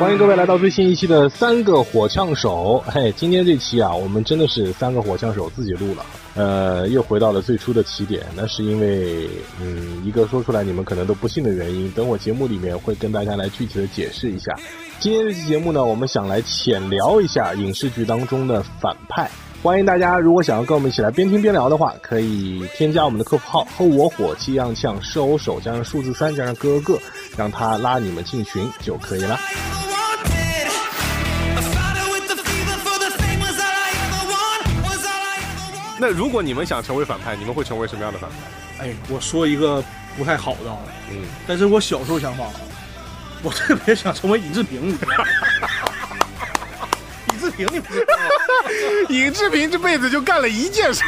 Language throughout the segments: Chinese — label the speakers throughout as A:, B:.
A: 欢迎各位来到最新一期的三个火枪手。嘿，今天这期啊，我们真的是三个火枪手自己录了，呃，又回到了最初的起点。那是因为，嗯，一个说出来你们可能都不信的原因，等我节目里面会跟大家来具体的解释一下。今天这期节目呢，我们想来浅聊一下影视剧当中的反派。欢迎大家，如果想要跟我们一起来边听边聊的话，可以添加我们的客服号“和我火气样呛是偶手”加上数字三加上哥哥，让他拉你们进群就可以了。那如果你们想成为反派，你们会成为什么样的反派？
B: 哎，我说一个不太好的啊，
A: 嗯，
B: 但是我小时候想法，我特别想成为尹志平，你知道吗尹志平你不知道吗？
A: 尹志平这辈子就干了一件事。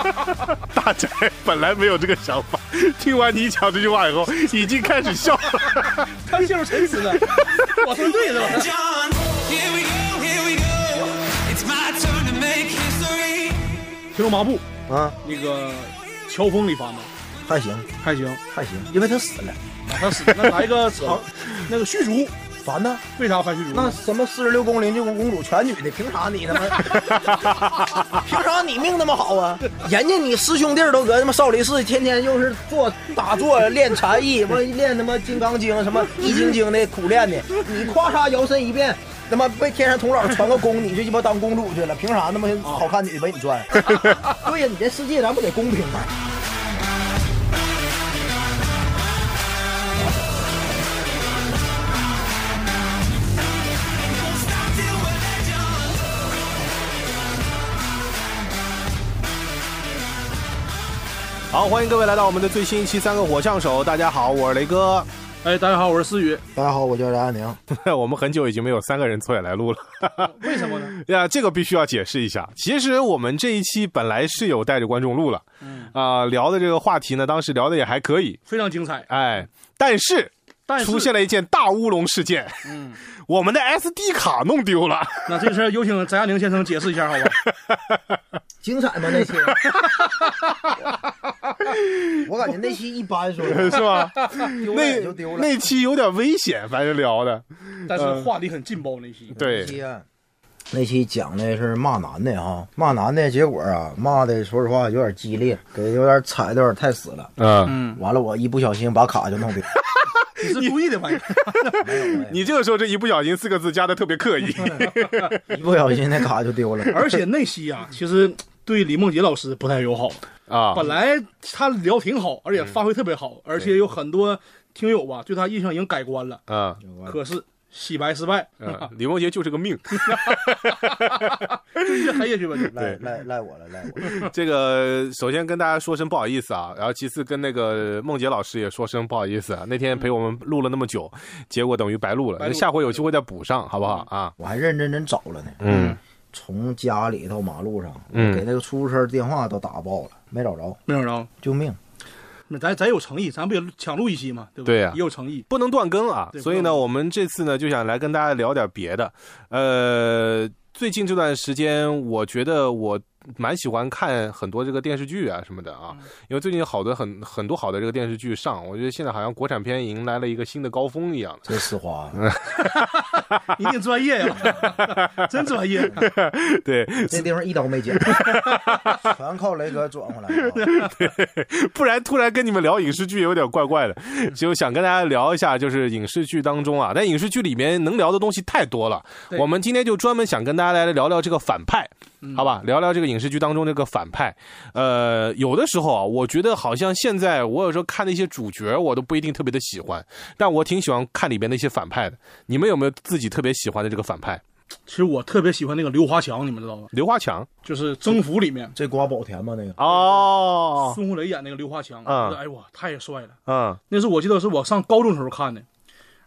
A: 大宅本来没有这个想法，听完你讲这句话以后，已经开始笑了。
B: 他陷入沉思了，我说对了吧？
C: John, here we go, here we go. It's my turn to make history.
B: 天龙八部
D: 啊，
B: 那个乔峰李帆吧，
D: 还行
B: 还行，
D: 还行，因为他死了。
B: 哪他死了那来一个长，那个虚竹，
D: 烦呢？
B: 为啥翻虚竹？
D: 那什么四十六宫、灵鹫宫公主全女的，凭啥你他妈？ 凭啥你命那么好啊？人家你师兄弟都搁他妈少林寺，天天又是做打坐练禅意，完练他妈金刚经什么易筋经的苦练的，你夸嚓摇身一变。他妈被天山童姥传个功，你就鸡巴当公主去了，凭啥那么好看女的把你赚？对呀，你这世界咱不得公平吗？
A: 好，欢迎各位来到我们的最新一期《三个火枪手》。大家好，我是雷哥。
B: 哎，大家好，我是思雨，
D: 大家好，我叫冉安宁。
A: 我们很久已经没有三个人坐下来录 了。
B: 为什么呢？
A: 呀，这个必须要解释一下。其实我们这一期本来是有带着观众录了，啊、聊的这个话题呢，当时聊的也还可以，
B: 非常精彩，
A: 哎，但是
B: 但是
A: 出现了一件大乌龙事件，
B: 嗯，
A: 我们的 SD 卡弄丢 了。
B: 那这事儿有请翟佳宁先生解释一下，好吧？
D: 精彩吗 那期？我感觉那期一般，说实
A: 是
D: 话
A: 吧？
D: 丢了
A: 那
D: 也就丢了。
A: 那期有点危险，反正聊的，
B: 但是话题很劲爆那期，
D: 那
A: 对，
D: 期啊，那期讲的是骂男的啊，骂男的，结果啊，骂的说实话有点激烈，给有点踩的有点太死了。
A: 嗯，
D: 完了，我一不小心把卡就弄丢。
B: 你是故意的吧？
A: 你这个时候这一不小心四个字加的特别刻意，
D: 一不小心那卡就丢了。
B: 而且那期啊，其实对李梦洁老师不太友好。
A: 啊，嗯
B: 本来他聊挺好，而且发挥特别好，而且有很多听友吧对他印象已经改观了。
A: 啊，
B: 可是洗白失败，
A: 嗯李梦洁就是个 命。
B: 这黑下去吧 你。
D: 赖赖赖我了，赖我了！
A: 这个首先跟大家说声不好意思啊，然后其次跟那个梦洁老师也说声不好意思啊，那天
D: 嗯
A: 陪我们录了那么久，结果等于白录了，
B: 白录
A: 那下回有机会再补上，好不好啊？
D: 我还认认真找了呢，
A: 嗯，
D: 从家里到马路上，我
A: 嗯
D: 给那个出租车电话都打爆了，没找着，
B: 没想着，
D: 救命！
B: 那咱咱有诚意，咱不也抢录一期嘛，对不
A: 对呀
B: 也有诚意。
A: 不能断更啊，
B: 对
A: 所以
B: 不
A: 呢，
B: 能
A: 我们这次呢就想来跟大家聊点别的。呃，最近这段时间，我觉得我蛮喜欢看很多这个电视剧啊什么的
B: 嗯
A: 啊，因为最近有好多很很多好的这个电视剧上，我觉得现在好像国产片迎来了一个新的高峰一样的。
D: 这丝滑，
B: 你挺专业 呀，真专业。
A: 对，
D: 这地方一刀 没剪，全靠雷哥转过来的啊。
A: 不然突然跟你们聊影视剧有点怪怪的，
B: 嗯
A: 就想跟大家聊一下，就是影视剧当中啊，但影视剧里面能聊的东西太多了，
B: 对嗯
A: 我们今天就专门想跟大家来聊聊这个反派，好吧？聊聊这个影视剧当中这个反派。呃，有的时候啊，我觉得好像现在我有时候看的一些主角，我都不一定特别的喜欢，但我挺喜欢看里边的一些反派的。你们有没有自己特别喜欢的这个反派？
B: 其实我特别喜欢那个刘华强，你们知道吗？
A: 刘华强
B: 就是《征服》里面
D: 这瓜保甜吗？那个
A: 哦，
B: 孙红雷演那个刘华强，
A: 嗯
B: 哎呦哇，太帅了。
A: 嗯
B: 那是我记得是我上高中的时候看的，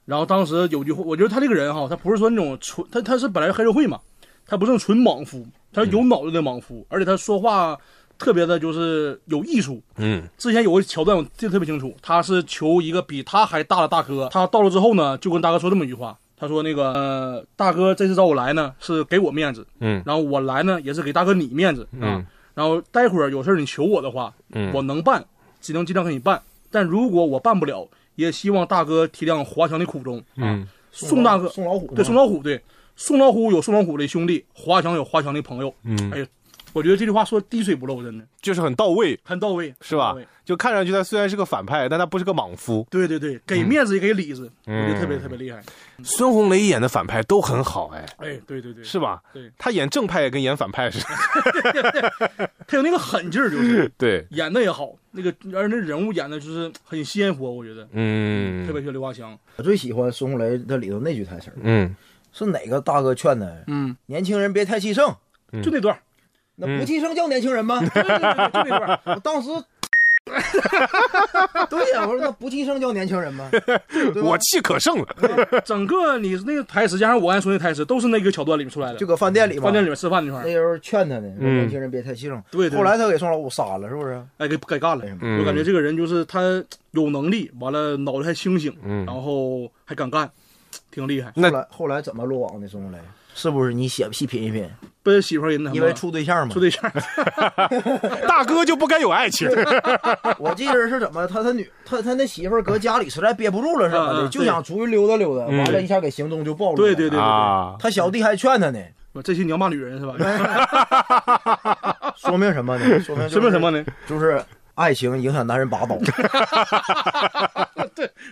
B: 然后当时有句话，我觉得他这个人哈，他不是说那种纯，他他是本来黑社会嘛，他不是那种纯莽夫，他是有
A: 嗯
B: 脑袋的莽夫，而且他说话特别的就是有艺术。
A: 嗯
B: 之前有个桥段我记得特别清楚，他是求一个比他还大的大哥，他到了之后呢，就跟大哥说这么一句话，他说那个呃大哥这次找我来呢是给我面子，
A: 嗯
B: 然后我来呢也是给大哥你面子，啊
A: 嗯
B: 然后待会儿有事儿你求我的话，
A: 嗯
B: 我能办，只能尽量给你办。但如果我办不了，也希望大哥体谅华强的苦衷。
A: 嗯，
B: 宋大哥，
D: 宋老虎吗
B: 对宋老虎，对宋老虎有宋老虎的兄弟，华强有华强的朋友。
A: 嗯
B: 哎呀，我觉得这句话说滴水不漏，真的
A: 就是很到位，
B: 很到位，
A: 是吧
B: 很到位？
A: 就看上去他虽然是个反派，但他不是个莽夫。
B: 对对对，给面子也给里子，
A: 嗯
B: 我觉得特别特别厉害。
A: 孙红雷演的反派都很好，哎，
B: 哎，嗯对对对，
A: 是吧？
B: 对
A: 他演正派也跟演反派似的。
B: 他有那个狠劲儿，就是
A: 对，
B: 演的也好，那个而那人物演的就是很鲜活，我觉得
A: 嗯，
B: 特别像刘华强。
D: 我最喜欢孙红雷他里头那句台词儿，
A: 嗯，
D: 是哪个大哥劝的？
B: 嗯，
D: 年轻人别太气盛，
B: 就那段儿，
D: 那
B: 嗯
D: 不气盛叫年轻 人吗？
B: 对对对，就那段儿。
D: 我当时， 对呀、我说那不气盛叫年轻人吗？对吧
A: 我气可盛了。
B: 整个你那个台词加上我爱说那台词，都是那个桥段里面出来的，
D: 就搁饭店里嘛，
B: 饭店里面吃饭那块
D: 那
B: 儿，
D: 时候劝他呢，说
A: 嗯
D: 年轻人别太气盛。
B: 对对
D: 后来他给宋老五杀了，是不是？
B: 哎，给给干了。我
A: 嗯
B: 感觉这个人就是他有能力，完了脑袋还清醒，然后还敢干，挺厉害。
D: 后
A: 嗯那
D: 来后来怎么落网的？宋红雷是不是？你写细品一品，
B: 被媳妇儿人他妈
D: 因为处对象嘛
B: 处。对象，
A: 大哥就不该有爱情。
D: 我记得是怎么，他他女他他那媳妇儿搁家里实在憋不住了，什么
B: 嗯
D: 的，
B: 嗯
D: 就想出去溜达溜达，
A: 嗯
D: 完了，一下给行踪就暴露了。
B: 对对对对对，
A: 啊，
D: 他小弟还劝他呢，
B: 我这些娘骂女人是吧？
D: 说明什么呢？说明就是
B: 说 明什么？呢？
D: 就是爱情影响男人拔刀，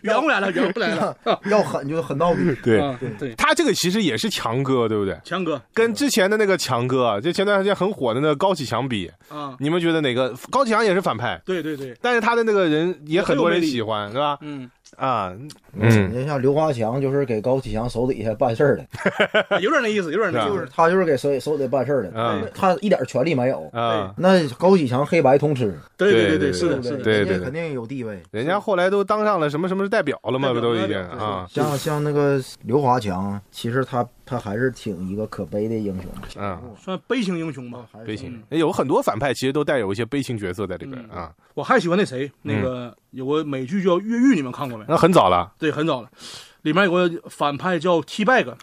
B: 圆回来了，圆回来了。
D: 要狠就狠到底。
A: 对，
B: 啊，对，
A: 他这个其实也是强哥，对不对？
B: 强哥
A: 跟之前的那个强哥啊，就前段时间很火的那个高启强比，
B: 啊，
A: 你们觉得哪个？高启强也是反派，
B: 对对对，
A: 但是他的那个人也很多人喜欢，是吧？
B: 嗯，
A: 啊，
D: 你
A: 嗯，
D: 看像刘华强就是给高启强手底下办事儿的，
B: 哎有点那意思，有点那意
D: 就是
B: 思。
D: 他就是给手底手底下办事儿
A: 嗯
D: 的，他一点权利没有。
B: 哎
A: 啊，
D: 那高启强黑白通吃，
B: 对
A: 对对
B: 对对，是
D: 对
B: 的，
D: 不
B: 是的。
A: 对
D: 人
A: 对
D: 家
A: 对
D: 肯定有地位。
A: 人家后来都当上了什么什么代表了嘛，
B: 代
A: 不
B: 表
A: 都已经
B: 代表对
A: 啊，
D: 像像那个刘华强，其实他他还是挺一个可悲的英雄，
A: 嗯，
B: 算悲情英雄吧，
A: 悲情哎有很多反派其实都带有一些悲情角色在里
B: 嗯
A: 边啊，
B: 我还喜欢那谁，那个
A: 嗯
B: 有个美剧叫《越狱》，你们看过没？
A: 那很早了
B: 对，很早了，里面有个反派叫 T Bag，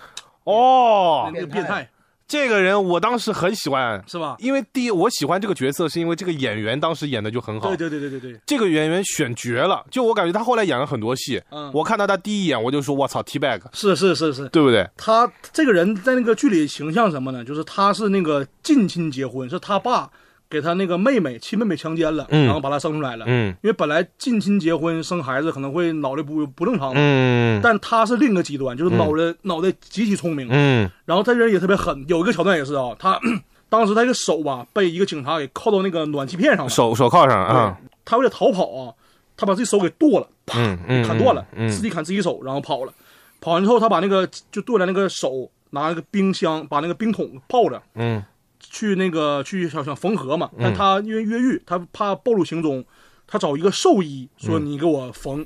A: 哦
B: 嗯那，个
D: 变
B: 变
D: 态
B: 态
A: 这个人我当时很喜欢，
B: 是吧？
A: 因为第一我喜欢这个角色是因为这个演员当时演的就很好
B: 对，对对对对对，
A: 这个演员选绝了，就我感觉他后来演了很多戏，
B: 嗯
A: 我看到他第一眼我就说我操 T bag，
B: 是是是是，
A: 对不对？
B: 他这个人在那个剧里形象什么呢？就是他是那个近亲结婚，是他爸给他那个妹妹亲妹妹强奸了，
A: 嗯
B: 然后把他生出来了。
A: 嗯
B: 因为本来近亲结婚生孩子可能会脑袋不不正常嘛，
A: 嗯
B: 但他是另一个极端，就是脑袋、脑袋极其聪明，
A: 嗯
B: 然后他人也特别狠。有一个桥段也是啊，他 当时他一个手吧被一个警察给铐到那个暖气片上了，
A: 手手铐上啊，
B: 他为了逃跑啊，他把自己手给剁了，啪，
A: 嗯嗯
B: 砍断了，
A: 嗯
B: 自己砍自己手，然后跑了。跑完之后，他把那个就剁了那个手，拿那个冰箱把那个冰桶泡着，
A: 嗯
B: 去那个去想想缝合嘛。但他因为越狱，他怕暴露行踪，他找一个兽医说：“
A: 嗯
B: 你给我缝。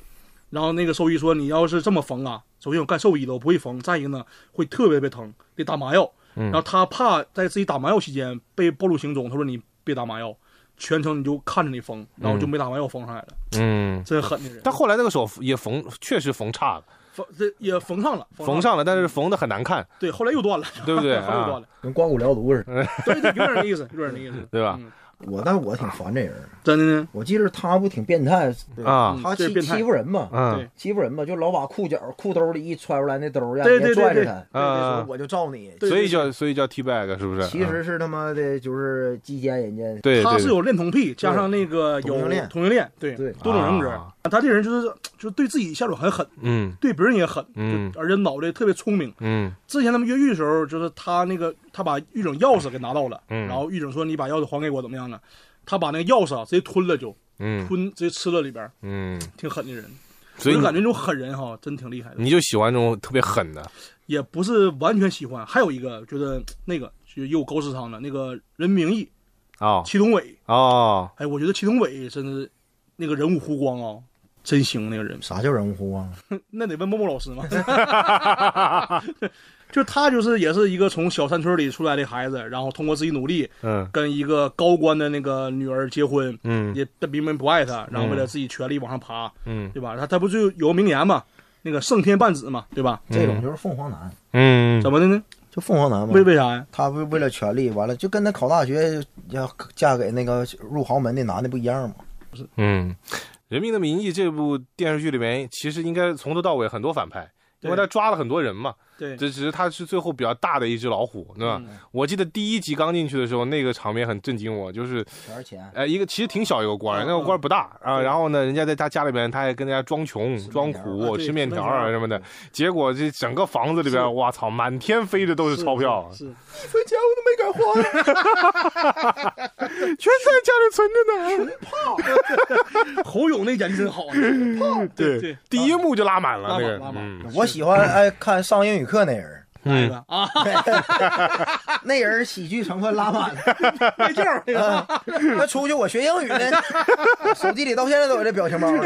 B: 然后那个兽医说：“你要是这么缝啊，首先我干兽医的，我不会缝；再一个呢，会特别特别疼，得打麻药。
A: 嗯
B: 然后他怕在自己打麻药期间被暴露行踪，他说：“你别打麻药，全程你就看着你缝。”然后就没打麻药缝上来了，
A: 嗯。
B: 真狠的人。
A: 但后来那个手也缝，确实缝差了，
B: 缝这也缝上了，
A: 缝
B: 嗯上
A: 上了，但是缝的很难看，
B: 对，后来又断了，
A: 对不对 啊
B: 后来又断了，
D: 跟刮骨疗毒似的。
B: 对对，有点那意思，有点那意思，
A: 对吧？
B: 嗯
D: 我但我挺烦这人，
B: 真的呢，
D: 我记得他不挺变态对吧
A: 啊
D: 他
B: 这嗯
D: 欺
B: 是变态
D: 欺负人嘛，
A: 嗯
B: 对
D: 欺负人嘛，就老把裤脚裤兜里一揣出来那兜儿，让
B: 对
D: 人
B: 对
D: 家
B: 对
D: 拽着
B: 对
D: 他，
A: 嗯
D: 说我就照你。
B: 对
A: 所以叫所以叫 T bag 是不是？
D: 其
A: 嗯
D: 实是他妈的就是击奸人家，
A: 对，
B: 他
A: 对
B: 是有恋童癖，加上那个
D: 同
B: 有
D: 性恋
B: 同性恋，对
D: 对
B: 多种人格
A: 啊，
B: 他这人就是就对自己下手很狠，
A: 嗯
B: 对别人也狠，
A: 嗯
B: 就而且脑袋特别聪明。
A: 嗯
B: 之前他们越狱的时候，就是他那个他把狱警钥匙给拿到了，
A: 嗯
B: 然后狱警说你把钥匙还给我怎么样呢？他把那个钥匙啊直接吞了就，
A: 嗯
B: 吞直接吃了里边，
A: 嗯，
B: 挺狠的人。
A: 所以
B: 我就
A: 你
B: 感觉这种狠人哈，真挺厉害的。
A: 你就喜欢这种特别狠的，
B: 也不是完全喜欢。还有一个觉得那个就又高智商了，那个《人民名义》
A: 哦
B: 祁同伟，
A: 哦，
B: 哎，我觉得祁同伟真是那个人物弧光啊、真行那个人，
D: 啥叫人物啊？
B: 那得问默默老师嘛。 就他就是也是一个从小山村里出来的孩子，然后通过自己努力
A: 嗯
B: 跟一个高官的那个女儿结婚，
A: 嗯
B: 也但明明不爱他，然后为了自己权力往上爬，
A: 嗯
B: 对吧？他他不就有个名言嘛，那个胜天半子嘛，对吧？
D: 这种就是凤凰男，
A: 嗯，
B: 怎么的呢？
D: 就凤凰男嘛
B: 为。为啥呀？
D: 他为为了权力，完了就跟他考大学要嫁给那个入豪门那男的不一样吗？
A: 嗯，人民的名义》这部电视剧里面，其实应该从头到尾很多反派，因为
B: 对
A: 他抓了很多人嘛。
B: 对，嗯
A: 这只是他是最后比较大的一只老虎，对吧？我记得第一集刚进去的时候，那个场面很震惊我，就是
D: 多少钱？
A: 呃，一个其实挺小一个官儿，
B: 嗯
A: 那个官儿不大啊。然后呢，人家在他家里面，他还跟人家装穷、装
B: 啊
A: 苦、
B: 对
A: 吃面条
B: 吃面条
A: 啊
B: 儿
A: 什么的。结果这整个房子里边，我操，满天飞的都是钞票，啊
B: 是
D: 分钱我都没敢花，
A: 全在家里存着呢。
B: 是侯勇那演 真好啊，对对
A: 第一幕就拉满了
B: 拉
A: 那
B: 满
A: 个
B: 拉，满
A: 嗯
D: 我喜欢爱看上英语课那人儿，
B: 来吧 啊，
D: 那人儿喜剧成分拉满了。
B: 卖劲 儿那个
D: 啊，那出去我学英语呢，手机里到现在都有这表情包呢。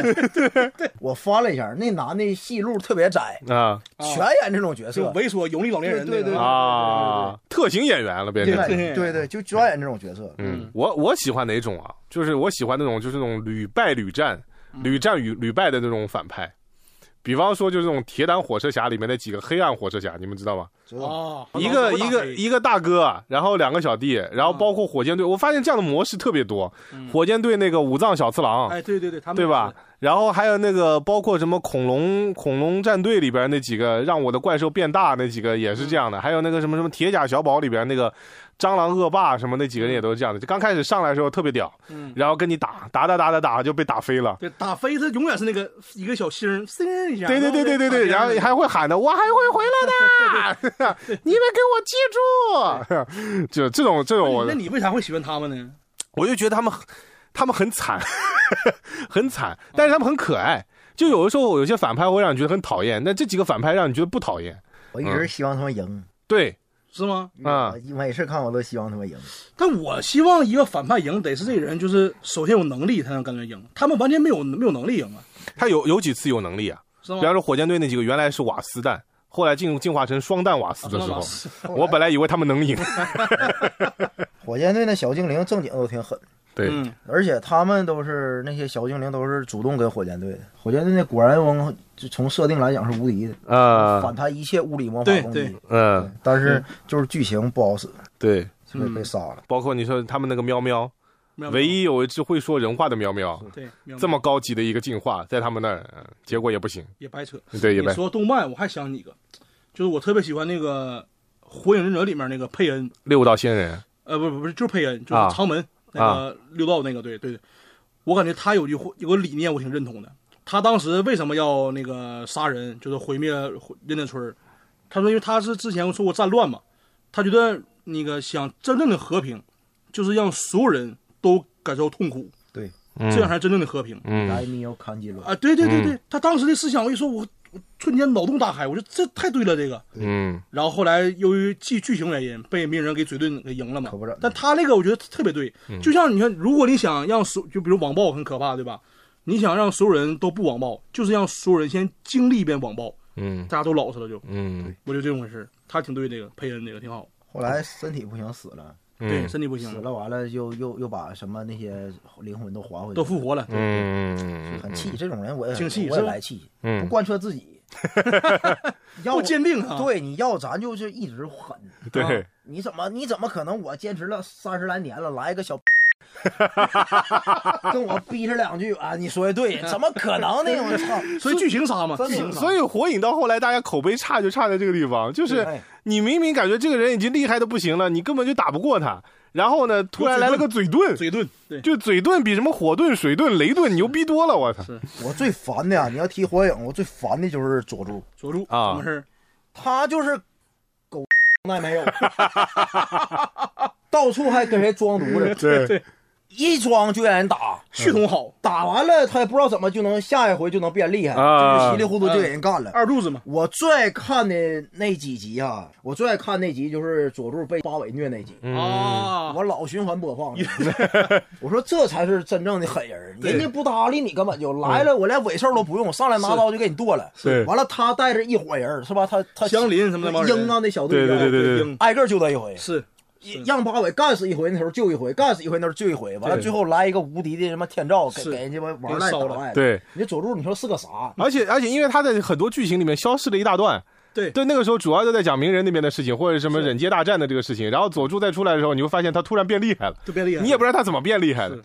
D: 我翻了一下，那男的戏路特别窄，
B: 嗯
A: 啊
D: 全演这种角
B: 就
D: 色。
B: 猥琐油腻老年人那
D: 对对
B: 个
D: 对
B: 啊
A: 啊，特型演员了，变
D: 对
A: 成。
D: 对对对，就专演这种角色。
A: 嗯，我我喜欢哪种啊？就是我喜欢那种就是那种屡败屡战、
B: 嗯
A: 屡战屡屡败的那种反派。比方说，就是那种《铁胆火车侠》里面的几个黑暗火车侠，你们知道吗？
D: 知道吗
B: 啊，
A: 一个
B: 老头
A: 一
B: 大
A: 个
B: 腿
A: 一个大哥，啊然后两个小弟，然
B: 嗯
A: 后包括火箭队，我发现这样的模式特别多。火箭队那个五藏小次郎，
B: 哎，对对对，他们
A: 对吧？然后还有那个包括什么恐龙恐龙战队里边那几个让我的怪兽变大那几个也是这
B: 嗯
A: 样的，还有那个什么什么铁甲小宝里边那个蟑螂恶霸什么那几个人也都是这样的，就刚开始上来的时候特别屌，
B: 嗯
A: 然后跟你打打打打打打就被打飞了。
B: 对，打飞他永远是那个一个小星儿，星儿一下。啊
A: 对对对对对对，然后还会喊的，我还会回 来的，你 们给我记住，就这种这种我
B: 那你为啥会喜欢他们呢？
A: 我就觉得他们很，他们很惨， 很惨，但是他们很可爱。就有的时候有些反派会让你觉得很讨厌，但这几个反派让你觉得不讨厌。
D: 我一直希望他们赢
A: 对，
B: 是吗？
A: 嗯啊
D: 我每次看我都希望他们赢。
B: 但我希望一个反派赢，得是这个人就是首先有能力才能感觉赢，他们完全没有没有能力赢啊，
A: 他有有几次有能力啊，
B: 是吗
A: 比？方说火箭队那几个原来是瓦斯弹，后来进进化成哦双弹瓦斯哦的时
B: 啊
A: 候，
B: 是吗
A: 我本来以为他们能赢。
D: 火箭队那小精灵正经都挺狠，
A: 对，
B: 嗯，
D: 而且他们都是那些小精灵都是主动跟火箭队的。火箭队那果然翁就从设定来讲是无敌的，
A: 啊
D: 反，弹一切物理魔法
B: 对
D: 攻
B: 对
D: 击。
A: 嗯，
D: 但是就是剧情不好使，
A: 对，
D: 所
B: 嗯
D: 以被杀了。
A: 包括你说他们那个喵喵，
B: 没有
A: 唯一有一只会说人话的喵喵，
B: 对没有
A: 这么高级的一个进化，在他们那儿，嗯结果也不 行。
B: 也白扯。
A: 对，也
B: 你
A: 不
B: 说动漫，我还想起一个，就是我特别喜欢那个《火影忍者》里面那个佩恩，
A: 六道仙人
B: 呃，不不不是，就是佩恩，就
A: 啊
B: 是长门、那个六道那个，对对对，我感觉他有句话有个理念我挺认同的。他当时为什么要那个杀人，就是毁灭毁忍者村儿？他说，因为他是之前说过战乱嘛，他觉得那个想真正的和平，就是让所有人都感受痛苦，
D: 对，
B: 这样才是真正的和平。
A: 嗯
D: 莱米有坎吉伦，
B: 啊，对对对对，他当时的思想，我一说，我我瞬间脑洞大开，我说这太对了，这个。
A: 嗯。
B: 然后后来由于剧剧情原因被鸣人给嘴遁给赢了嘛，
D: 可不是
B: 但他那个我觉得特别对，
A: 嗯
B: 就像你看，如果你想让所就比如网暴很可怕，对吧？你想让所有人都不网暴，就是让所有人先经历一遍网暴，
A: 嗯
B: 大家都老实了就，
A: 嗯
B: 我觉得这种回事儿，他挺对这个佩恩这个挺好，
D: 后来身体不行死了，
B: 对
A: 嗯
B: 身体不行
D: 死
B: 了，
D: 了完了又又又把什么那些灵魂都还回去
B: 都，复活了，
A: 嗯
D: 很气。这种人我也
B: 挺气
D: 我
B: 是
D: 也
B: 吧
D: 来气，
A: 嗯
D: 不贯彻 自己，要
B: 不坚定啊，
D: 对你要咱就是一直狠，
A: 对，
D: 你怎么你怎么可能我坚持了三十来年了，来一个小。 跟我逼着两句啊！你说的对，怎么可能呢？我操！
B: 所以剧情杀嘛，
D: 真
B: 剧
D: 的
B: 情杀，
A: 所以火影到后来大家口碑差就差在这个地方，就是
D: 哎
A: 你明明感觉这个人已经厉害的不行了，你根本就打不过他，然后呢，突然来了个嘴遁，
B: 嘴遁，对，
A: 就嘴遁比什么火遁、水遁、雷遁牛逼多了，我操！
D: 我最烦的呀！你要提火影，我最烦的就是佐助，
B: 佐助
A: 啊
B: 什么事儿？
D: 他就是狗那没有， 到处还跟谁装犊子，
A: 对，
D: 一装就让人打，
B: 血统好，
D: 打完了他也不知道怎么就能下一回就能变厉害，
A: 啊
D: 就是稀里糊涂就给人干了。
B: 二柱子嘛，
D: 我最爱看的那几集啊，我最爱看那集就是佐助被八尾虐那集，
A: 嗯
B: 啊，
D: 我老循环 播放。我说这才是真正的狠人，人家不搭理你，根本就来
B: 嗯
D: 了，我连尾兽都不用，上来拿刀就给你剁了。
A: 是
D: 完了他带着一伙人是吧？他他
B: 祥林什么那帮人
D: 鹰啊那小队，
A: 对对对对对
B: 鹰
D: 挨个就他一回。
B: 是
D: 让八尾干死一回，那头救一回；干死一回，那头救一回。完了，最后来一个无敌的什么天照，给
B: 是
D: 给人家玩
B: 给
D: 玩赖
B: 烧
D: 打
B: 了
D: 赖。
A: 对，
D: 你这佐助，你说是个啥？
A: 而且而且因为他在很多剧情里面消失了一大段。
B: 对
A: 对，那个时候主要就在讲鸣人那边的事情，或者什么忍界大战的这个事情。然后佐助再出来的时候，你会发现他突然变厉害了，
B: 就变厉害了，
A: 你也不知道他怎么变厉害的。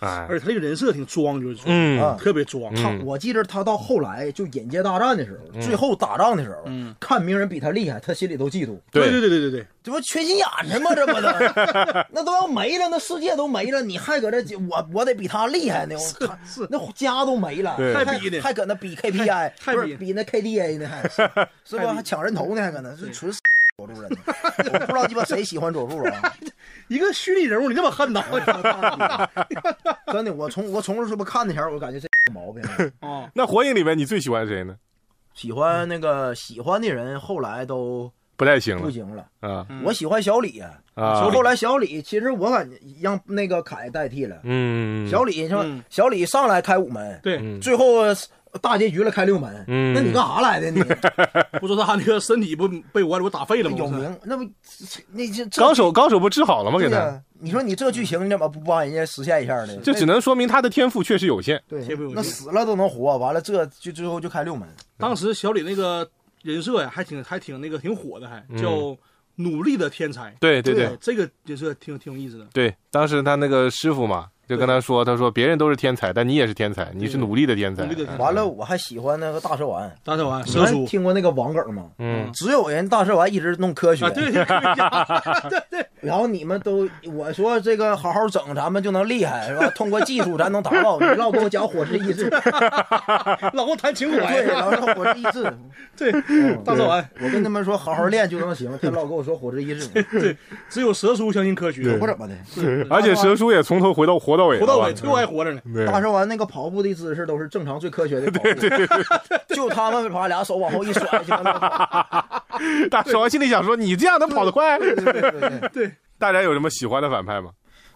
A: 哎，
B: 而且他这个人设挺装，就是说
A: 嗯
D: 啊
B: 特别装。
D: 他我记着他到后来就眼界大战的时候，
B: 嗯
D: 最后打仗的时候，看鸣人比他厉害，他心里都嫉妒，
B: 对对对对对对，
D: 这不缺心眼子吗？这不都那都要没了，那世界都没了，你还搁这我我得比他厉害呢，我操，那家都没了，
A: 对
D: 还
B: 还比呢
D: 还搁那比 KPI，
B: 还
D: 不
B: 比
D: 是比那 KDA 呢，还是是吧？还抢人头呢，还搁那是纯佐助人呢，我不知道鸡巴谁喜欢佐助啊。
B: 一个虚拟人物，你这么恨他 啊
D: 真的，我从我从这不看的前儿，我感觉这有毛病。嗯
B: 啊？
A: 那火影里面你最喜欢谁呢？
D: 喜欢那个喜欢的人，后来都
A: 不太行
D: 不
A: 了
D: 行了。
A: 啊
D: 我喜欢小李，
A: 啊！
D: 后来小李其实我感觉让那个凯代替了。
A: 嗯，
D: 小李是吧
B: 嗯？
D: 小李上来开五门，
B: 对，
D: 最后大结局了开六门，
A: 嗯
D: 那你干啥来的你？
B: 不说他那个身体不被我给我打废了吗？
D: 有
B: 我操
D: 名那不那这这
A: 纲手纲手不治好了吗？给
D: 对
A: 他
D: 呀，你说你这剧
B: 嗯
D: 情你怎么不帮人家实现一下呢？
A: 就只能说明他的天赋确实有限。
D: 对
B: 贴不有，
D: 那
B: 劲
D: 死了都能活，完了这就最后就开六门。
B: 当时小李那个人设呀，还挺还挺那个挺火的，还叫努力的天才。呃
A: 对嗯对对
D: 对
B: 这个人设挺挺有意思的。
A: 对，当时他那个师傅嘛，就跟他说，他说别人都是天才，但你也是天才，你是努力的天才。
B: 努力的天才
D: 完了，我还喜欢那个大蛇丸，
B: 大蛇丸
D: 你
B: 嗯蛇
D: 们
B: 叔
D: 听过那个网梗吗？
A: 嗯，
D: 只有人大蛇丸一直弄科学，
B: 啊，对对对对对，
D: 然后你们都我说这个好好整，咱们就能厉害是吧？通过技术咱能达到。你老跟我讲火之意 志，
B: 老公谈情怀
D: 对，，老嗯是火之意志。
B: 对，大啊蛇丸
D: 我跟他们说好好练就能行，他老跟我说火之意志，
B: 对，只有蛇叔相信科学，
D: 我不怎么的。
A: 而且蛇叔也从头回到活到尾了
B: 活
A: 吧，
B: 到尾，最后还活着呢。
A: 对
D: 大蛇丸那个跑步的姿势都是正常最科学的跑步，就他们把俩手往后一甩就能 跑。
A: 大蛇丸心里想说，你这样能跑得快？
D: 对对对对
A: 大家有什么喜欢的反派吗？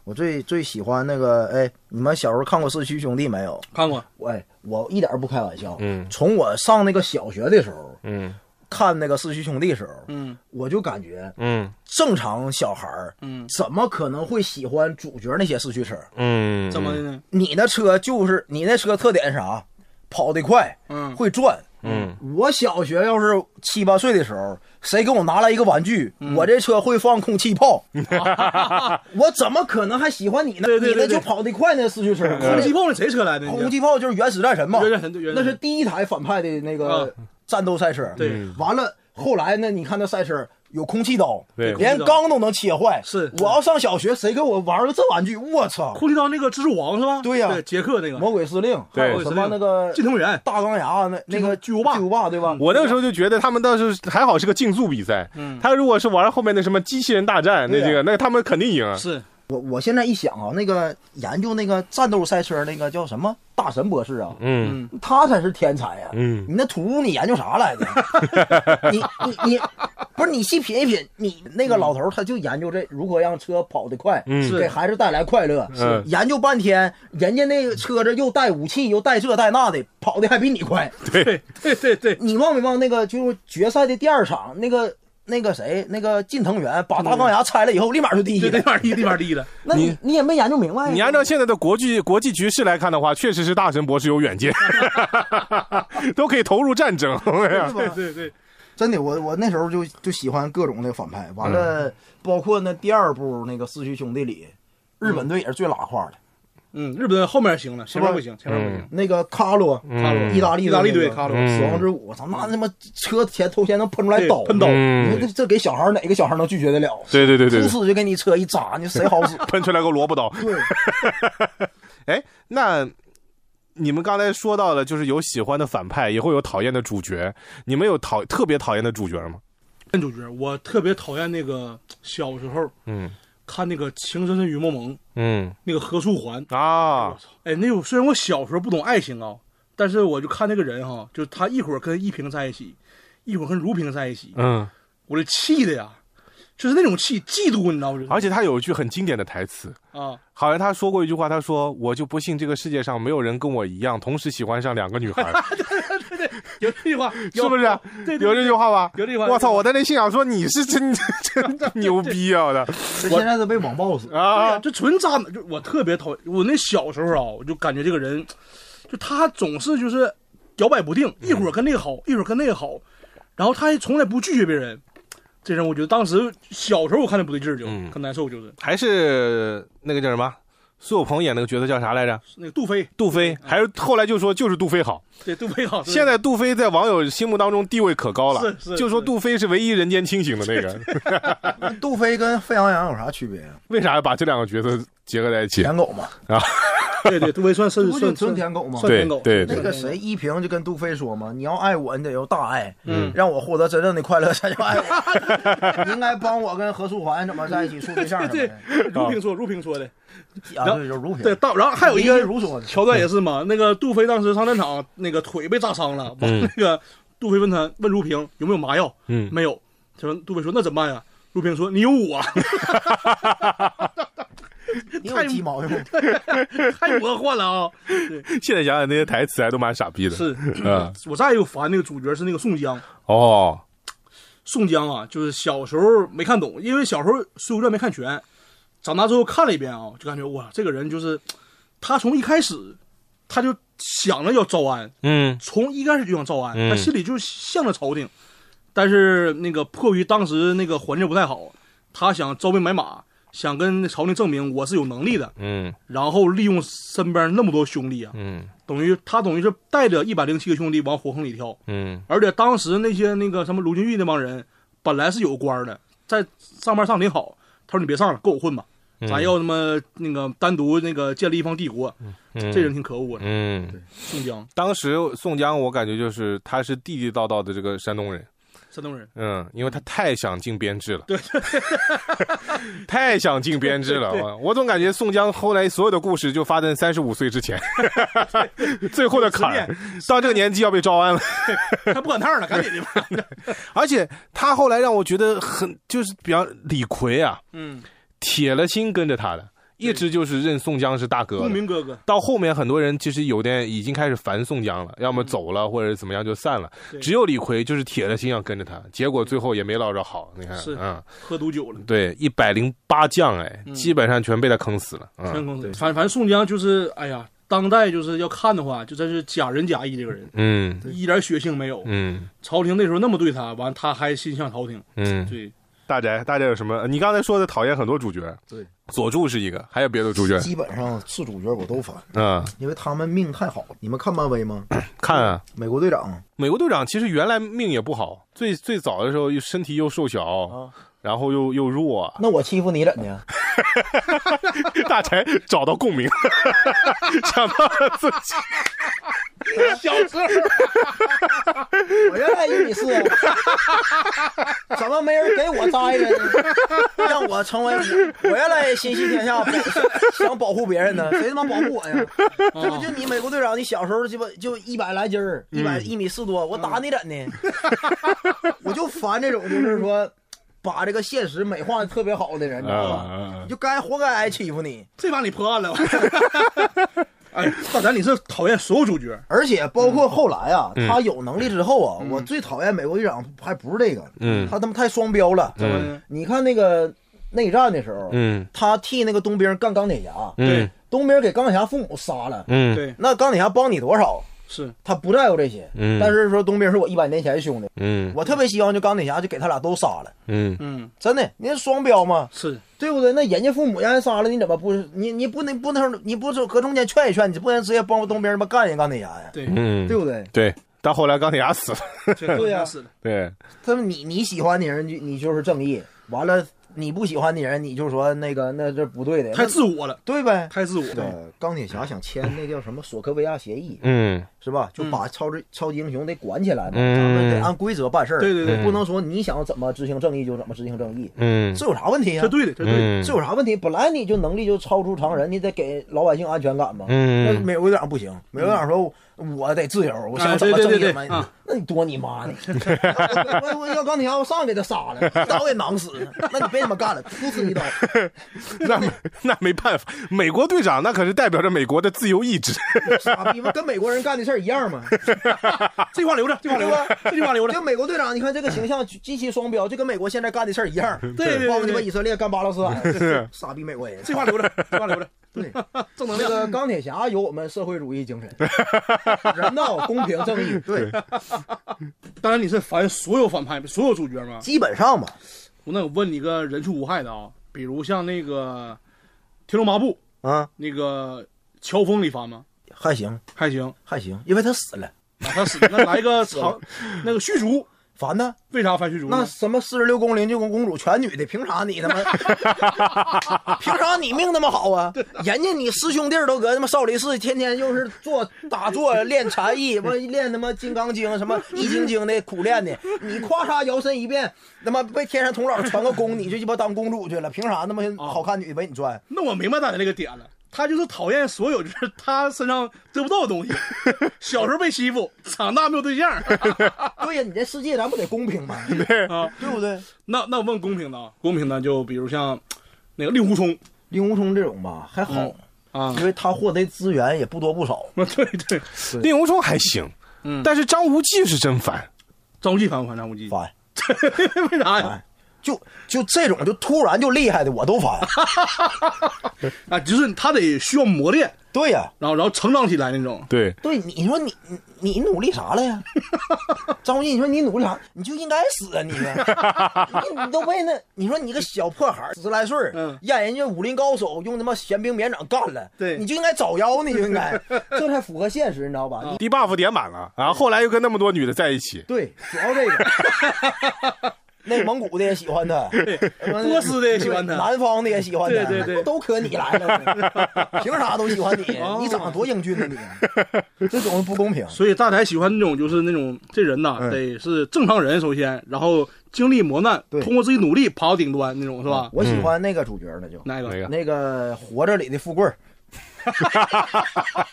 D: 我最最喜欢那个，哎，你们小时候看过《四驱兄弟》没有？
B: 看过
D: 我哎，我一点儿不开玩笑。
A: 嗯
D: 从我上那个小学的时候，
A: 嗯
D: 看那个《四驱兄弟》的时候，
B: 嗯，
D: 我就感觉
A: 嗯
D: 正常小孩儿，
B: 嗯
D: 怎么可能会喜欢主角那些四驱车？
A: 嗯，
B: 怎么的呢？
D: 你那车就是你那车特点是啥？跑得快，
B: 嗯
D: 会转。
A: 嗯
D: 我小学要是七八岁的时候，谁给我拿来一个玩具，
B: 嗯
D: 我这车会放空气 炮，我怎么可能还喜欢你呢？
B: 对对对对
D: 你那就跑得快那四驱车，
B: 空气炮那谁车来的？
D: 空气炮就是原始战神嘛，
B: 原始战神对原始
D: 那
B: 战神啊
D: 是第一台反派的那个战斗赛车。
B: 对嗯
D: 完了后来呢？你看那赛车有空气刀，
A: 对
D: 连钢都能切坏。
B: 是
D: 我要上小学，谁给我玩个这玩具？我操！
B: 空气刀那个蜘蛛王是吧？
D: 对呀
B: 对，杰克那个
D: 魔鬼司令，还有
A: 对
D: 什么那个
B: 近藤原，
D: 大钢牙那那个
B: 巨无霸
D: 巨无霸对吧？
A: 我那个时候就觉得他们倒是还好是个竞速比赛，他如果是玩后面的什么机器人大战，那
D: 嗯对啊
A: 这个那他们肯定赢啊。
B: 是
D: 我我现在一想啊，那个研究那个战斗赛车那个叫什么大神博士啊，
A: 嗯
D: 他才是天才呀、
A: 嗯
D: 你那图你研究啥来的？你你你，不是你细品一品，你那个老头儿他就研究这如何让车跑得快，
A: 嗯
D: 给孩子带来快乐。
A: 是
D: 研究半天，人家那个车子又带武器，又带这带那的，跑得还比你快。
B: 对对对对，
D: 你忘没忘那个就是决赛的第二场那个那个谁那个近藤原把大钢牙拆了以后，立马就第一
B: 对
D: 了
B: 那。玩一，那玩一的，
D: 那你你也没研究明白呀。
A: 你按照现在的国际国际局势来看的话，确实是大神博士有远见， 都可以投入战争。 哎 呀
B: 对对对，
D: 真的，我我那时候就就喜欢各种的反派，完了，包括那第二部那个《四驱兄弟》里，日本队也是最拉胯的，
B: 嗯，日本后面行了，前面
D: 是吧
B: 不行，前面不行，
D: 那个卡罗，
B: 卡罗
D: 意大利
B: 意
D: 的
B: 大
D: 那
B: 利
D: 个
B: 队卡罗
A: 嗯
D: 死亡之舞，我操，那他妈车前头前能喷出来
B: 对
D: 刀，
B: 喷刀，
D: 你说
A: 嗯
D: 这，这给小孩儿哪个小孩儿能拒绝得了？
A: 对对对对
D: 噗
A: 对，
D: 呲就给你车一扎，你谁好使？
A: 喷出来个萝卜刀。
D: 对，
A: 哎，那你们刚才说到了，就是有喜欢的反派，也会有讨厌的主角。你们有讨特别讨厌的主角吗？
B: 男主角，我特别讨厌那个小时候
A: 嗯
B: 看那个《情深深雨蒙蒙》
A: 嗯
B: 那个何书桓，
A: 啊，
B: 哎，那种虽然我小时候不懂爱情啊，但是我就看那个人哈，就他一会儿跟一平在一起，一会儿跟如萍在一起，
A: 嗯，
B: 我这气的呀，就是那种气嫉妒，你知道吗？
A: 而且他有一句很经典的台词，
B: 啊，
A: 好像他说过一句话，他说：“我就不信这个世界上没有人跟我一样，同时喜欢上两个女孩，
B: 有这句话，有
A: 是不是？”
B: 对对对
A: 有这句话吧？
B: 有这句话
A: 我操！我在那心想说：“你是真 真 牛逼啊！”我的
D: 这现在都被网暴死。
B: 对呀、
A: 啊，
B: 就纯渣男，就我特别讨厌。我那小时候啊，我就感觉这个人，就他总是就是摇摆不定，一会儿跟那个
A: 嗯
B: 好，一会儿跟那个好，然后他还从来不拒绝别人。这人我觉得当时小时候我看着不对劲儿，就、
A: 嗯
B: 很难受，就是
A: 还是那个叫什么？苏有朋演那个角色叫啥来着？
B: 那个杜飞，
A: 杜飞，还是后来就说就是杜飞好。
B: 对杜飞好，
A: 现在杜飞在网友心目当中地位可高了，
B: 是是
A: 就说
B: 是
A: 杜飞是唯一人间清醒的那个。
D: 那杜飞跟沸羊羊有啥区别啊？
A: 为啥要把这两个角色结合在一起？啊
D: 舔狗嘛，
B: 对对，杜飞算是
D: 不就
B: 算
D: 纯
B: 算
D: 舔狗吗？
B: 算舔狗，
A: 对 对
D: 那个谁，依萍就跟杜飞说嘛，你要爱我，你得有大爱，
B: 嗯
D: 让我获得真正的快乐 才叫爱我。你应该帮我跟何素桓怎么在一起处对象什么
B: 对
A: 啊
D: 的，
B: 如萍说，如萍说的，
D: 啊，
B: 然后
D: 对，就如萍。
B: 对，到然后还有一个
D: 如说的，
B: 桥段也是嘛，那个杜飞当时上战场，那个腿被炸伤了， 完那个杜飞问他问如萍有没有麻药，
A: 嗯
B: 没有，他说杜飞说那怎么办呀？如萍说你有我，
D: 你有鸡毛用。
B: 太魔幻了啊！
A: 现在想想那些台词还都蛮傻逼的。
B: 是
A: 啊，
B: 我再又烦那个主角是那个宋江，
A: 哦，
B: 宋江啊，就是小时候没看懂，因为小时候《水浒传》没看全，长大之后看了一遍啊，就感觉哇，这个人就是他从一开始他就想着要招安，
A: 嗯
B: 从一开始就想招安，
A: 嗯
B: 他心里就向着朝廷，但是那个迫于当时那个环境不太好，他想招兵买马，想跟朝廷证明我是有能力的，
A: 嗯
B: 然后利用身边那么多兄弟啊，
A: 嗯
B: 等于他等于是带着一百零七个兄弟往火坑里跳，
A: 嗯
B: 而且当时那些那个什么卢俊义那帮人本来是有官儿的，在上班上挺好，他说你别上了，跟我混吧，咱要他妈那个单独那个建立一方帝国，
A: 嗯
B: 这人挺可恶的，
A: 嗯，
B: 宋江，
A: 当时宋江，我感觉就是他是地地道道的这个山东人，
B: 山东人，
A: 嗯，因为他太想进编制了，对， 太想进编制了，我我总感觉宋江后来所有的故事就发生三十五岁之 前，最后的坎儿， 到这个年纪要被招安了，
B: 他不管趟了，赶紧 的吧，
A: 而且他后来让我觉得很就是，比方李逵啊，
B: 嗯，
A: 铁了心跟着他的，一直就是认宋江是大哥的
B: 嗯公明哥哥，
A: 到后面很多人其实有点已经开始烦宋江了，要么走了或者怎么样就散了。
B: 嗯对
A: 只有李逵就是铁了心要跟着他，结果最后也没捞着好。你看，
B: 是
A: 嗯，
B: 喝毒酒了。
A: 对，一百零八将，哎，
B: 嗯
A: 基本上全被他坑死了。
B: 全
A: 嗯
B: 公司，反反正宋江就是，哎呀，当代就是要看的话，就真是假仁假义这个人，
A: 嗯
B: 一点血性没有。
A: 嗯
B: 朝廷那时候那么对他，完他还心向朝廷，
A: 嗯，
B: 对，
A: 大宅大宅有什么？呃你刚才说的讨厌很多主角，
D: 对，
A: 佐助是一个，还有别的主角，
D: 基本上是主角我都烦，
A: 嗯，
D: 因为他们命太好了。你们看漫威吗？
A: 看啊。
D: 美国队长
A: 美国队长其实原来命也不好，最最早的时候又身体又瘦小，然后又又弱，
D: 那我欺负你怎的呀？
A: 大柴找到共鸣，想到了自己。
B: 小时候
D: 我原来一米四，怎么没人给我摘了呢？让我成为我原来心系天下，想保护别人呢，谁他妈保护我呀？这不就你美国队长？你小时候鸡巴就一百来斤儿，一百一米四多，我打你怎的？ 我就烦这种就是说，把这个现实美化的特别好的人，你知道吧？
A: 啊
D: 你就该活该挨欺负你。
B: 这把你破案了。哎，大胆，你是讨厌所有主角，
D: 而且包
A: 嗯
D: 括后来啊，他有能力之后啊，我最讨厌美国队长还不是这个，
A: 嗯
D: 他他妈太双标了。
A: 嗯
D: 你看那个内战的时候，
A: 嗯
D: 他替那个冬兵干钢铁侠，
A: 嗯
D: 冬兵给钢铁侠父母杀了，
A: 嗯
B: 对，
D: 那钢铁侠帮你多少？
B: 是
D: 他不在乎这些，
A: 嗯
D: 但是说冬兵是我一百年前的兄弟，
A: 嗯
D: 我特别希望就钢铁侠就给他俩都杀了，
A: 嗯
B: 嗯
D: 真的，人家双标嘛，
B: 是，
D: 对不对？那人家父母让人杀了，你怎么不你你不能不能你不是搁中间劝一劝，你不能直接帮冬兵他妈干人钢铁侠呀，
B: 对，
A: 嗯，
D: 对不对？
A: 对。但后来钢铁侠死了，
B: 对
D: 呀
B: 是的，
A: 对，
D: 他们你你喜欢的人，你你就是正义；完了，你不喜欢的人，你就说那个那这不对的，
B: 太
D: 那
B: 自我了，
D: 对呗。
B: 太自我
D: 那
B: 了。
D: 个钢铁侠想签那叫什么索科维亚协议，
A: 嗯
D: 是吧？就把超级超级英雄得管起来嘛，
A: 嗯
D: 咱们得按规则办事儿，
B: 对对对
D: 不能说你想怎么执行正义就怎么执行正义，
A: 嗯
D: 这有啥问题呀
B: 这？对的，这对的，
D: 这有啥问题？本来你就能力就超出常人，你得给老百姓安全感嘛。那
A: 嗯
D: 美国队长不行，美国队长说我得自由，我
B: 哎
D: 想怎么
B: 对
D: 正
B: 对
D: 义
B: 对
D: 怎么
B: 对啊，
D: 那你多你 妈呢！我我我要钢铁侠，我上去给他杀了，一刀给囊死。那你别他妈干了，噗呲一刀。
A: 那没那没办法，美国队长那可是代表着美国的自由意志。
D: 傻逼不跟美国人干的事儿一样 吗？
B: 这话留着，这话留着，这句话留
D: 就
B: 着。
D: 美国队长，你看这个形象极其双标，就跟美国现在干的事儿一样。
B: 对对
D: 包
B: 对
D: 括你
B: 对
D: 把以色列干巴勒斯坦，傻逼美国人。
B: 这话留着，这话留着，
D: 对，
B: 正能
D: 那
B: 量。
D: 个钢铁侠有我们社会主义 精神，人道、公平、正义。对，
B: 当然你是烦所有反派、所有主角吗？
D: 基本上吧。
B: 那我问你个人畜无害的啊，比如像那个《天龙八部》，
D: 啊，
B: 那个乔峰李凡吗？
D: 还行
B: 还行，
D: 还行，因为他死了。
B: 哪怕死那来个长那个虚竹，
D: 烦呢？
B: 为啥翻虚竹呢？
D: 那什么四十六宫灵柩宫公主全女的，凭啥你他妈？凭啥你命那么好啊？人家你师兄弟儿都搁他妈少林寺，天天又是做打坐练禅意，完练他妈金刚经什么易筋经的苦练的，你夸嚓摇身一变，他妈被天山童姥传个功，你就鸡巴当公主去了，凭啥那么好看女的被你拽？
B: 那我明白大家那个点了，他就是讨厌所有就是他身上得不到的东西。小时候被欺负，长大没有对象。
D: 对呀，你这世界咱不得公平吗？
B: 啊，
D: 对不对？
B: 那那我问公平的啊，公平的就比如像那个令狐冲
D: 令狐冲这种吧还好，
B: 啊，
D: 因为他获得资源也不多不少。
B: 对对，
A: 令狐冲还行，
B: 嗯
A: 但是张无忌是真烦。
B: 张无忌烦不烦张无忌？
D: 烦，
B: 为啥 呀？
D: 哎就就这种就突然就厉害的我都 烦。
B: 啊，就是他得需要磨练，
D: 对呀、
B: 然后然后成长起来那种。
A: 对，
D: 对，你说你你你努力啥 了呀？张无忌，你说你努力啥？你就应该死啊！你呢你你都为那，你说你个小破孩儿十来岁儿
B: 嗯
D: 让人家武林高手用他妈玄冰绵掌干了，
B: 对
D: 你就应该早 夭，你就应该，这才符合现实，你知道
B: 嗯
D: 吧？你
A: 低 buff 点满了，然后后来又跟那么多女的在一 起，
D: 对，主要这个。 内蒙古的也喜欢他，
B: 波斯的也喜欢他
D: 对南方的也喜欢他，
B: 对对对哦
D: 都可你来 了，凭啥都喜欢你？你长得多英俊呢 你，这种不公平。
B: 所以大宅喜欢那种就是那种这人呐，得是正常人首先，然后经历磨难，
D: 对
B: 通过自己努力爬到顶端那种是吧？
D: 我喜欢那个主角呢，就
B: 哪
A: 哪
B: 个？
A: 个？
D: 那个《活着》里的富贵儿，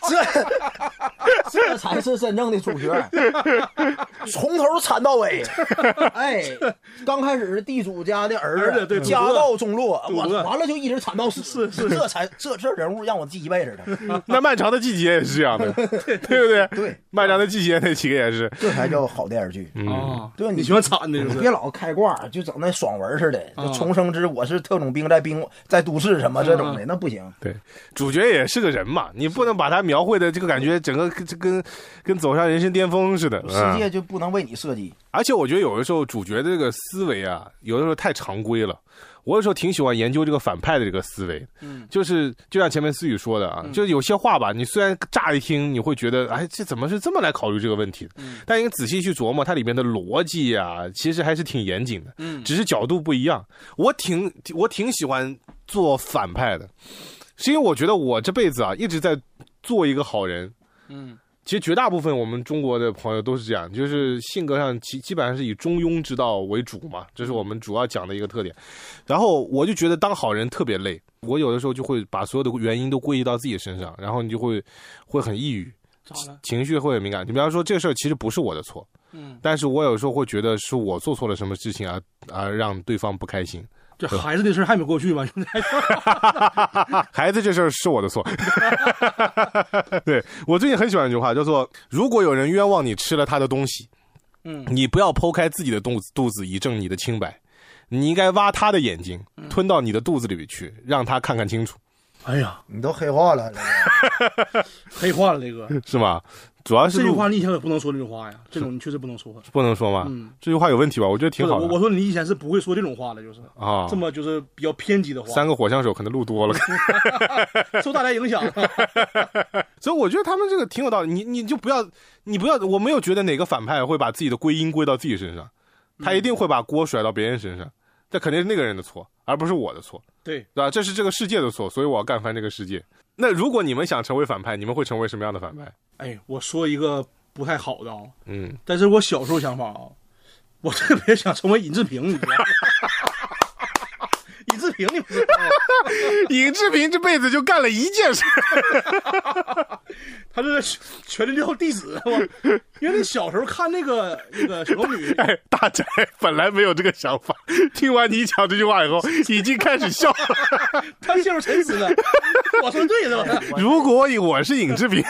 D: 这这才是真正的主角，从头惨到尾。哎，刚开始是地主家的儿
B: 儿
D: 子，
B: 子对
D: 家道中落，
B: 子
D: 我完了就一直惨到死，是嗯是，这才这这人物让我记一辈子的，
A: 那漫长的季节也是这样的，对不对？
D: 对，
A: 漫长的季节那几个也是，
D: 这才叫好电视剧。
B: 啊，
D: 对
B: 你
D: 你
B: 喜欢惨的就
D: 你
B: 是
D: 别老开挂，就整那爽文似的，
B: 啊
D: 就重生之我是特种兵，在兵在都市什么这种的，那不行。
A: 对，主角也是个人嘛，你不能把他描绘的这个感觉，整个跟跟跟走上人生巅峰似的。
D: 世
A: 嗯
D: 界就不能为你设计，
A: 而且我觉得有的时候主角的这个思维啊，有的时候太常规了。我有时候挺喜欢研究这个反派的这个思维，嗯，就是就像前面思雨说的啊，就是有些话吧，你虽然乍一听你会觉得，哎，这怎么是这么来考虑这个问题的？但你仔细去琢磨它里面的逻辑啊，其实还是挺严谨的，嗯，只是角度不一样。我挺我挺喜欢做反派的，是因为我觉得我这辈子啊一直在做一个好人，
B: 嗯，
A: 其实绝大部分我们中国的朋友都是这样，就是性格上基基本上是以中庸之道为主嘛，这是我们主要讲的一个特点。然后我就觉得当好人特别累，我有的时候就会把所有的原因都归结到自己身上，然后你就会会很抑郁，
B: 咋了？
A: 情绪会很敏感。你比方说这事儿其实不是我的错，
B: 嗯，
A: 但是我有时候会觉得是我做错了什么事情啊，而让对方不开心。
B: 这孩子的事儿还没过去吗？现在
A: 孩子这事儿是我的错。 对我最近很喜欢一句话，叫做“如果有人冤枉你吃了他的东西，
B: 嗯
A: 你不要剖开自己的肚子，肚子以证你的清白，你应该挖他的眼睛，
B: 嗯
A: 吞到你的肚子里去，让他看看清楚，
B: 哎呀，
D: 你都黑化了。
B: 黑化了这个。
A: 是吗？主要是
B: 这句
A: 录
B: 话你以前也不能说这句话呀，这种你确实不能说。
A: 不能说吗？
B: 嗯
A: 这句话有问题吧？我觉得
B: 不
A: 挺
B: 是
A: 好
B: 我，
A: 的
B: 我说你以前是不会说这种话的，就是
A: 啊
B: 这。么就是比较偏激的话，
A: 三个火枪手可能录多了，
B: 受大家影响。啊
A: 所以我觉得他们这个挺有道理。你你就不要，你不要，我没有觉得哪个反派会把自己的归因归到自己身上，他一定会把锅甩到别人身上，这肯定是那个人的错，而不是我的错，
B: 对，
A: 对吧？这是这个世界的错，所以我要干翻这个世界。那如果你们想成为反派，你们会成为什么样的反派？
B: 哎，我说一个不太好的啊，
A: 嗯，
B: 但是我小时候想法啊，我特别想成为尹志平，你知道吗？ 尹志平，你不知道吗？
A: 尹志平这辈子就干了一件事，
B: 他是全全教弟子，是吧？因为那小时候看那个那个小龙女，
A: 哎，大宅本来没有这个想法， 听完你讲这句话以后，已经开始笑了。
B: 他陷入沉思了。我说对了吧？
A: 如果我是尹志平，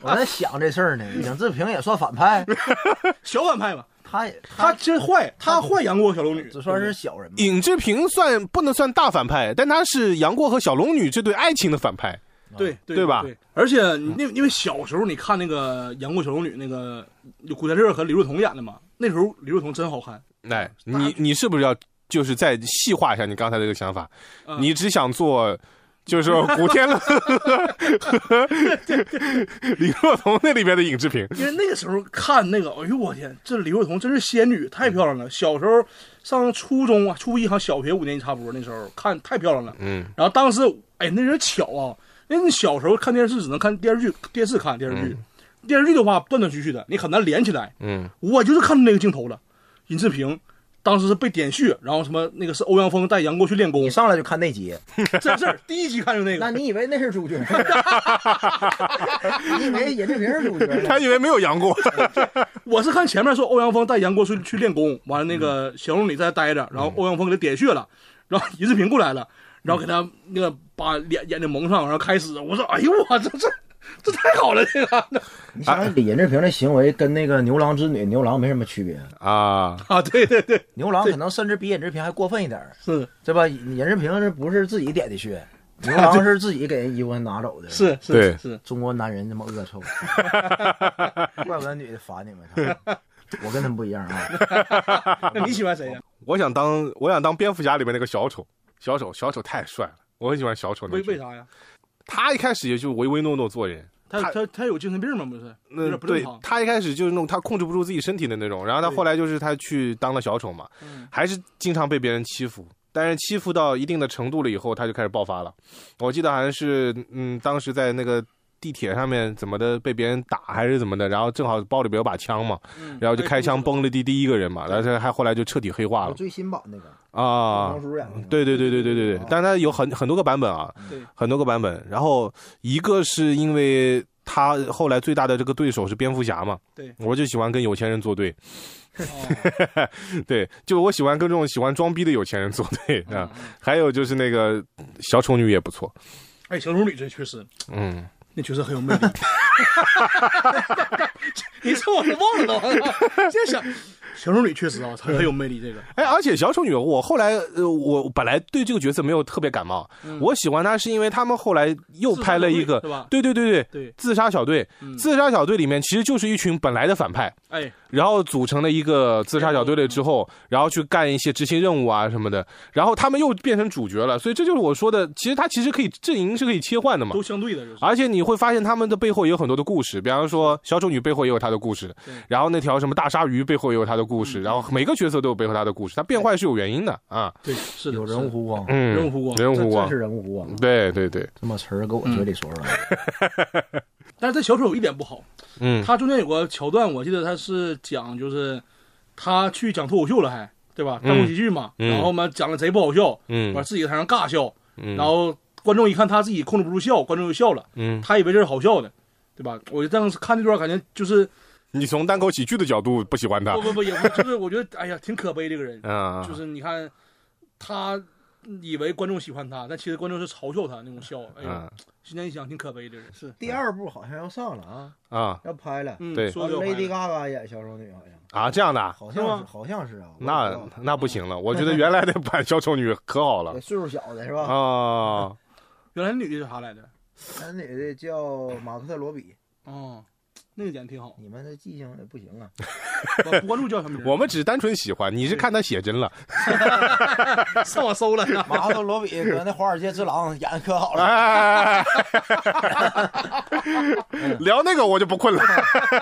D: 我在想这事儿呢，尹志平也算反派，
B: 小反派嘛，
D: 他也
B: 他真坏，他坏杨过小龙女，
D: 只算是小人嘛。
A: 尹志平算不能算大反派，但他是杨过和小龙女这对爱情的反派。
B: 对对
A: 对吧
B: 而且你那因为小时候你看那个《杨过小龙女》，那个有古天乐和李若彤演的嘛，那时候李若彤真好看。
A: 哎，你你是不是要就是再细化一下你刚才这个想法？
B: 嗯
A: 你只想做就是古天乐和 李若彤那里边的影视屏。
B: 因为那个时候看那个，哎呦我天，这李若彤真是仙女，太漂亮了。小时候上初中啊，初一好像小学五年级差不多，那时候看太漂亮了。嗯，然后当时哎那人巧啊，因为你小时候看电视只能看电视剧，电视看电视剧，电视剧的话断断续续的，你很难连起来。
A: 嗯，
B: 我就是看那个镜头了，尹志平。当时是被点穴，然后什么那个是欧阳锋带杨过去练功
D: 你，上来就看那集，
B: 这事儿第一集看就那
D: 那
B: 个，
D: 你以为那是主角？ 你以为尹志平是主角呢？
A: 他以为没有杨过，
B: 我是看前面说欧阳锋带杨过去去练功，完了那个
A: 嗯
B: 小龙女在那待着，然后欧阳锋给他点穴 了，然后尹志平过来
A: 嗯
B: 了，然后给他那个把脸眼睛蒙上，然后开始，我说哎呦我这这这太好了，这个
D: 你想想李尹志平的行为跟那个牛郎织女、牛郎没什么区别，
A: 啊，
B: 啊对对对
D: 牛郎可能甚至比尹志平还过分一点儿，
B: 是
D: 对吧？尹志平这不是自己点的穴，牛 郎是自己给人衣服拿走的。
B: 是
A: 对
B: 是是，
D: 中国男人这么恶 臭，怪不得女的烦你们。我跟他们不一样啊，
B: 那你喜 欢谁呀？
A: 我想当我想当蝙蝠侠里面那个小丑，小丑小丑太帅了，我很喜欢小丑那
B: 为
A: 个角色。
B: 为啥呀？
A: 他一开始也就唯唯诺诺做人，
B: 他
A: 他
B: 他他有精神病吗？不是，有
A: 那
B: 点不正
A: 对
B: 常。
A: 他一开始就是那种他控制不住自己身体的那种，然后他
B: 对嗯
A: 后来就是他去当了小丑嘛，还是经常被别人欺负，但是欺负到一定的程度了以后，他就开始爆发了。我记得好像是嗯，当时在那个地铁上面怎么的被别人打还是怎么的，然后正好包里边有把枪嘛，
B: 嗯
A: 然后就开枪崩了第第一个人嘛，然后他还后来就彻底黑化了
D: 最新版那个
B: 哦
A: 啊
D: 王。叔演的。哦
A: 对对对对对对对，但它有很很多个版本啊，
B: 对
A: 很多个版本。然后一个是因为他后来最大的这个对手是蝙蝠侠嘛，
B: 对
A: 我就喜欢跟有钱人作对，
B: 哦
A: 对，就我喜欢跟这种喜欢装逼的有钱人作对
B: 嗯
A: 啊。还有就是那个小丑女也不错，
B: 哎，小龙女这确实，
A: 嗯，
B: 那确实很有 魅力。你这我都 忘了都，这小小龙女确实啊，很很有魅力。这个
A: 哎，而且小丑女我后来呃，我本来对这个角色没有特别感冒，我喜欢她是因为他们后来又拍了一个
B: 嗯自杀小队是吧，
A: 对对对对。
B: 对，嗯
A: 自杀小队，自杀小队里面其实就是一群本来的反派，
B: 哎，
A: 然后组成了一个自杀小队了之后，然后去干一些执行任务啊什么的，然后他们又变成主角了，所以这就是我说的，其实他其实可以阵营是可以切换的嘛啊
B: 都。相对的，就是
A: 而且你会发现他们的背后也有很多的故事，比方说小丑女背后也有她的故事
B: 对，
A: 然后那条什么大鲨鱼背后也有她的故事，然后每个角色都有背后她的故事，她变坏是有原因的啊。
B: 对，是的
D: 有
B: 是的
D: 人物啊，
A: 嗯，
B: 人物弧光
A: 人物
D: 这
A: 弧
D: 这
A: 光
D: 是，人物啊，
A: 对对对，
D: 这么词儿搁我嘴里说出来了，
B: 但是这小丑有一点不好，
A: 嗯
B: 他中间有个桥段，我记得他是讲就是他去讲脱口秀了还，对吧？单口喜剧嘛，
A: 嗯
B: 然后嘛讲的贼不好笑，
A: 嗯
B: 完自己在台上尬笑，
A: 嗯，
B: 然后观众一看他自己控制不住笑，观众就笑了，
A: 嗯，
B: 他以为这是好笑的。对吧？我就当时看这段，感觉就是
A: 你从单口喜剧的角度不喜欢他
B: 不，不不，也不就是我觉得，哎呀，挺可悲这个人。
A: 嗯，
B: 就是你看，他以为观众喜欢他，但其实观众是嘲笑他那种笑。哎呀
A: 嗯，
B: 现在一想挺可悲的人是，
D: 第二部好像要上了啊，
A: 啊
D: 要拍了。哦
B: 嗯，
A: 对
B: 说就
D: Lady Gaga 演小丑女好像，
A: 啊这样的啊，
D: 好
B: 是
D: 像
B: 吗
D: 是，好像是啊。我也
A: 那
D: 不知道
A: 那不行了，我 觉得原来那版小丑女可好了
D: 给岁数小的是吧？
A: 啊！
B: 原来女的是啥来着？
D: 男女的叫马克特罗比，
B: 哦，那个演挺好，
D: 你们这记性也不行 啊。
B: 我不关注叫什么名儿，
A: 我们只是单纯喜欢，你是看她写真 了，
B: 上网 搜了。
D: 马克特罗比搁那《华尔街之狼》演的可好了，
A: 哎，聊那个我就不困了。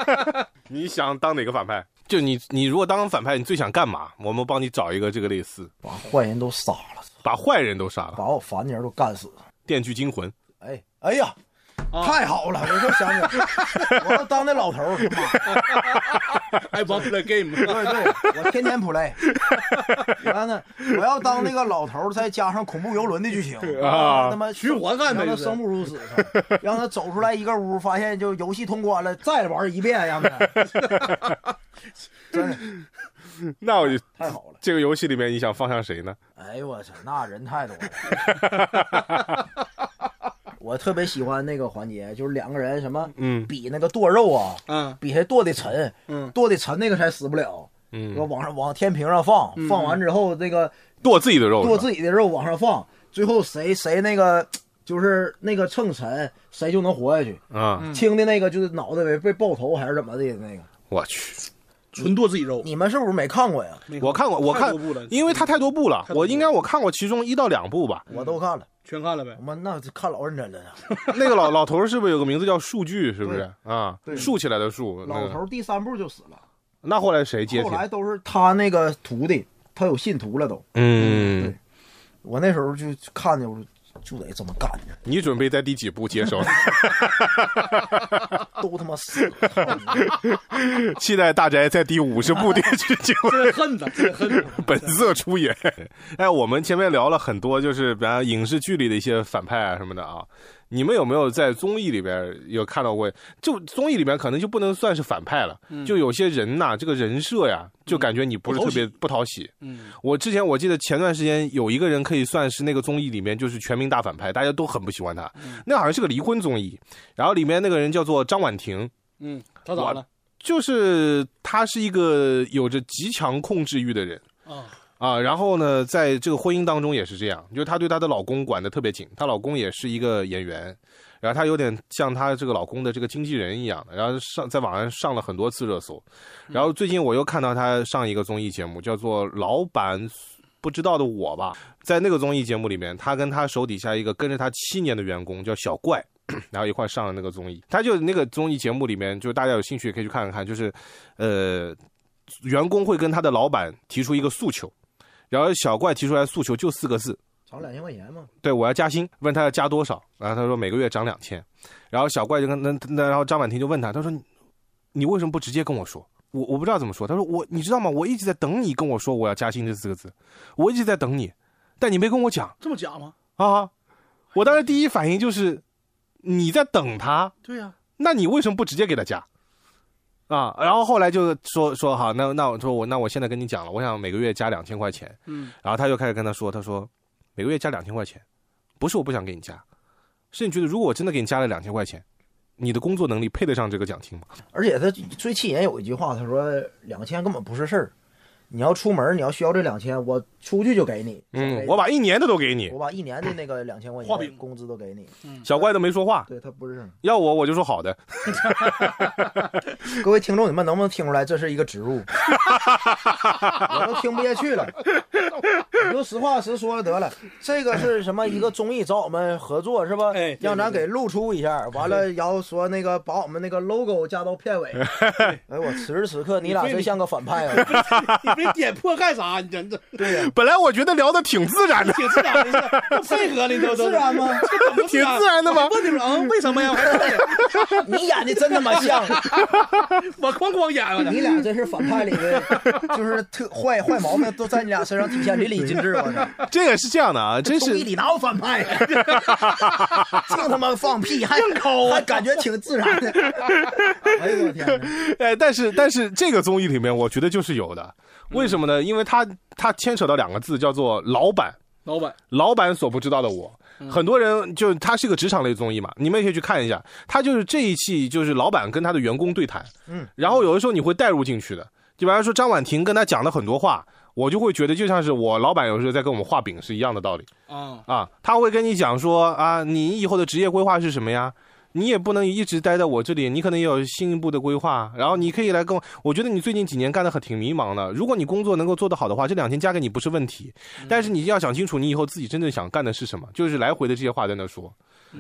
A: 你想当哪个反派？就你，你如果当反派，你最想干嘛？我们帮你找一个这个类似，
D: 把坏人都杀了，
A: 把坏人都杀了，
D: 把我烦人都干死。
A: 电锯惊魂。
D: 哎，哎呀，
A: 啊
D: 太好了！我就想起来，我要当那老头儿，妈
B: 哎，玩 play game，
D: 对对，我天天 play。你看呢，我要当那个老头儿，再加上恐怖游轮的剧 情
A: 啊
D: 他妈
B: 循环干呗
D: 让他
B: 就是
D: 生不如死，让他走出来一个屋，发现就游戏通关了，再玩一遍，让他。真的
A: 那我就
D: 嗯太好了！
A: 这个游戏里面，你想放上谁呢？
D: 哎呦我操，那人太多了。 我特别喜欢那个环节，就是两个人什么，
A: 嗯
D: 比那个剁肉啊，
B: 嗯
D: 比谁剁的沉，
B: 嗯
D: 剁的沉那个才死不了。说
A: 嗯，
D: 往上往天平上放，
B: 嗯
D: 放完之后那个
A: 剁自己的肉是吧，
D: 剁自己的肉往上放，最后谁谁那个就是那个秤沉，谁就能活下去。
A: 啊！
D: 轻的那个就是脑袋被被爆头还是怎么的那个，
A: 我去，
B: 纯剁自己肉。
D: 你们是不是没看过呀？
B: 没
A: 我看过，我
B: 太
A: 看
B: 多部了，
A: 因为它太多部了，
B: 多部
A: 我应该我看过其中一到两部吧。
D: 我都看了，
B: 全看了呗
D: 我。妈那看老认真了呀。
A: 那个老老头儿是不是有个名字叫数据？是不是啊？
D: 对
A: 竖起来的竖。那
D: 老
A: 个
D: 头儿第三部就死了，
A: 那后来谁接
D: 后
A: 替？
D: 来都是他那个徒弟，他有信徒了都。
A: 嗯
D: 对，我那时候就看见，我说就得这么干呢，
A: 你准备在第几部接手？
D: 都他妈死 了。
A: 期待大宅在第五十部电视 剧
B: 这恨呐，这 恨呐。
A: 本色出演。哎，我们前面聊了很多，就是比方影视剧里的一些反派啊什么的啊。你们有没有在综艺里边有看到过？就综艺里边可能就不能算是反派了，
D: 嗯
A: 就有些人呐、这个人设呀，就感觉你不是特别不讨喜。
B: 嗯，
A: 我之前我记得前段时间有一个人可以算是那个综艺里面就是全民大反派，大家都很不喜欢他。那好像是个离婚综艺，然后里面那个人叫做张婉婷，
B: 嗯，他咋了？
A: 就是他是一个有着极强控制欲的人
B: 啊
A: 啊，然后呢，在这个婚姻当中也是这样，就是她对她的老公管得特别紧，她老公也是一个演员，然后她有点像她这个老公的这个经纪人一样的，然后上在网上上了很多次热搜，然后最近我又看到她上一个综艺节目，叫做《老板不知道的我》吧，在那个综艺节目里面，她跟她手底下一个跟着她七年的员工叫小怪。然后一块上了那个综艺，他就那个综艺节目里面，就是大家有兴趣也可以去看看，就是，呃，员工会跟他的老板提出一个诉求，然后小怪提出来诉求就四个字，
D: 涨两千块钱嘛，
A: 对我要加薪，问他要加多少，然后他说每个月涨两千，然后小怪就跟那那然后张婉婷就问他，他说你你为什么不直接跟我说？我我不知道怎么说。他说我你知道吗？我一直在等你跟我说我要加薪这四个字，我一直在等你，但你没跟我讲
B: 这么假吗？
A: 啊！我当时第一反应就是你在等他，
B: 对呀，
A: 那你为什么不直接给他加？啊，然后后来就说说好，那那我说我那我现在跟你讲了，我想每个月加两千块钱，
B: 嗯，
A: 然后他就开始跟他说，他说每个月加两千块钱，不是我不想给你加，是你觉得如果我真的给你加了两千块钱，你的工作能力配得上这个奖金吗？
D: 而且他最气人有一句话，他说两千根本不是事儿，你要出门，你要需要这两千，我出去就给你。
A: 嗯，我把一年的都给你
D: 我，把一年的那个两千块
B: 画饼
D: 钱工资都给你。
A: 小怪都没说话，
D: 对他不是事儿，
A: 要我我就说好的，
D: 各位听众，你们能不能听出来这是一个植入？我都听不下去了，我就实话实说了得了。这个是什么一个综艺找我们合作是吧？
B: 哎对
D: 让咱给露出一下。完了，然后说那个把我们那个 logo 加 到片尾。哎，我此时此刻你俩真像个反派啊！
B: 你被点破干啥？你真这
A: 本来我觉得聊的挺自然的，
B: 挺自然 的，这配合你都都
D: 自然吗？
B: 这怎么
A: 啊挺自然的吗？
B: 问你们，嗯，为什么呀？
D: 你演的真他妈像，
B: 我哐哐演啊我
D: 你俩真是反派里的，就是特坏坏毛病都在你俩身上体现淋漓尽致。我 操！
A: 这个是这样的啊，真
D: 综艺
A: 是
D: 里哪有反派呀？净他妈放屁，还还感觉挺自 然的。哎呦我天哪！
A: 哎，但是但是这个综艺里面，我觉得就是有的。为什么呢？因为它它牵扯到两个字，叫做老板，
B: 老板，
A: 老板所不知道的我。很多人就它是个职场类综艺嘛，你们也可以去看一下。它就是这一期就是老板跟他的员工对谈，嗯，然后有的时候你会带入进去的。就比方说张婉婷跟他讲的很多话，我就会觉得就像是我老板有时候在跟我们画饼是一样的道理。
B: 啊，
A: 啊，他会跟你讲说啊，你以后的职业规划是什么呀？你也不能一直待在我这里，你可能也有进一步的规划。然后你可以来跟我，我觉得你最近几年干的很挺迷茫的。如果你工作能够做得好的话，这两天加给你不是问题。但是你要想清楚，你以后自己真正想干的是什么，就是来回的这些话在那说，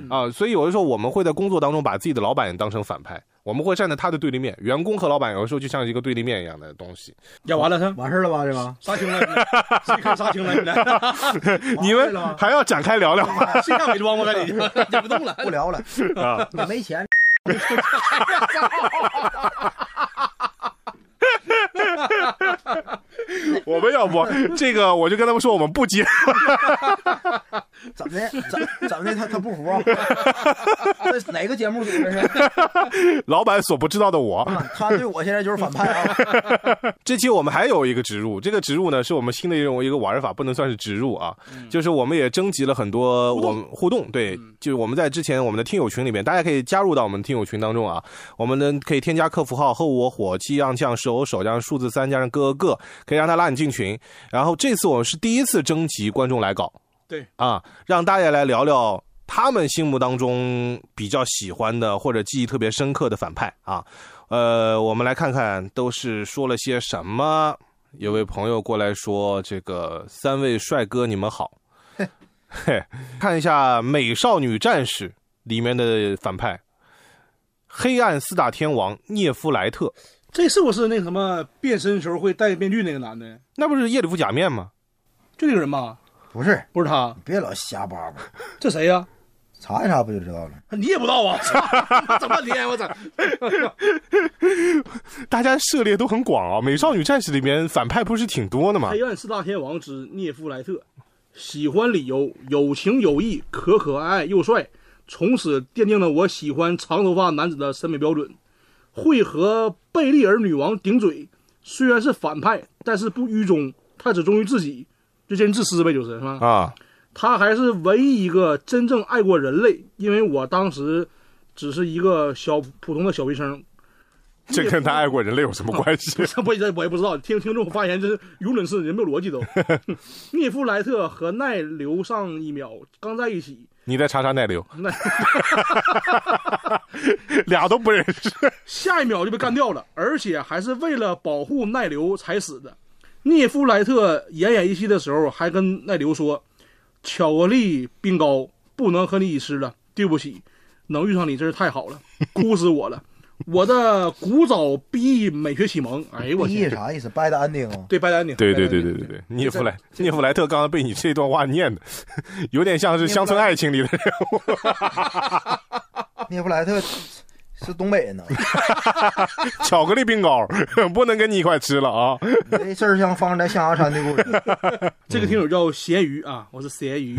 A: 啊，所以有的时候我们会在工作当中把自己的老板当成反派，我们会站在他的对立面。员工和老板有的时候就像一个对立面一样的东西。
B: 演完了他
D: 完事儿了吧？这个
B: 杀青了， 谁看杀青了？你们
A: 你们还要展开聊聊吗？
B: 谁看伪装吧？赶紧 演不 动了，
D: 不聊了，
E: 啊
D: 你没钱。
A: 我们要不这个我就跟他们说我们不接。
D: 怎么的？怎怎 么的？他他不服啊？这是哪个节目组这是？
A: 老板所不知道的我。
D: 他对我现在就是反派啊！
A: 这期我们还有一个植入，这个植入呢是我们新的一种一个玩法，不能算是植入啊，就是我们也征集了很多我们互动，嗯对，就是我们在之前我们的听友群里面，大家可以加入到我们听友群当中啊，我们呢可以添加客服号和我火气样酱是偶手加上数字三加上各个，可以让他拉你进群。然后这次我们是第一次征集观众来稿，
B: 对
A: 啊，让大家来聊聊他们心目当中比较喜欢的或者记忆特别深刻的反派啊。呃，我们来看看都是说了些什么。有位朋友过来说：“这个三位帅哥，你们好。嘿”看一下《美少女战士》里面的反派，黑暗四大天王涅夫莱特，
B: 这是不是那个什么变身时候会戴面具那个男的？
A: 那不是夜里夫假面吗？
B: 就那个人吧？
E: 不是，
B: 不是他，
E: 别老瞎叭叭，
B: 这谁呀、
E: 查一查不就知道了？
B: 你也不知道啊？ 整半天，啊我操！
A: 大家涉猎都很广啊，《美少女战士》里面反派不是挺多的吗？
B: 黑暗四大天王之涅夫莱特，喜欢理由有情有义，可可爱爱又帅，从此奠定了我喜欢长头发男子的审美标准。会和贝利尔女王顶嘴，虽然是反派，但是不愚忠，他只忠于自己，就这人自私呗，就是是吧？
A: 啊，
B: 他还是唯一一个真正爱过人类，因为我当时只是一个小普通的小医生，
A: 这跟他爱过人类有什么关系？
B: 这我也我也不知道，听听众发言真是无论是人没有逻辑都。 涅夫莱特和奈留上一秒，刚在一起，
A: 你再查查奈流，
B: 那
A: 俩都不认识。
B: 下一秒就被干掉了，而且还是为了保护奈留才死的。涅夫莱特奄奄一息的时候，还跟奈留说：“巧克力冰糕不能和你一起吃了，对不起，能遇上你真是太好了，哭死我了。”我的古早 B E 美学启蒙，哎呦我
E: 毕业
B: 天，
E: 啥意思？Bad ending 吗？
B: 对白丹宁，
A: 对对
B: 白
A: 对对
B: 丹宁
A: 对对，涅夫莱涅夫莱特刚刚被你这段话念的，有点像是《乡村爱情》里的 人物。
E: 啊 涅夫莱特是东北人呐，
A: 巧克力冰糕 不能跟你一块吃了啊！
E: 你这事儿像发生在象牙山的 故事。
B: 这个听友叫咸鱼啊，我是咸 鱼，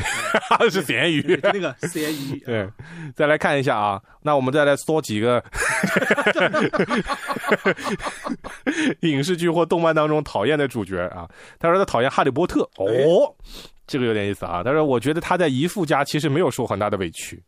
A: 是咸
B: 对
A: 鱼。
B: 那个咸鱼，
A: 对，再来看一下啊，那我们再来说几个影视剧或动漫当中讨厌的主角啊。他说他讨厌哈利波特，哦，这个有点意思啊。他说我觉得他在姨父家其实没有受很大的委屈，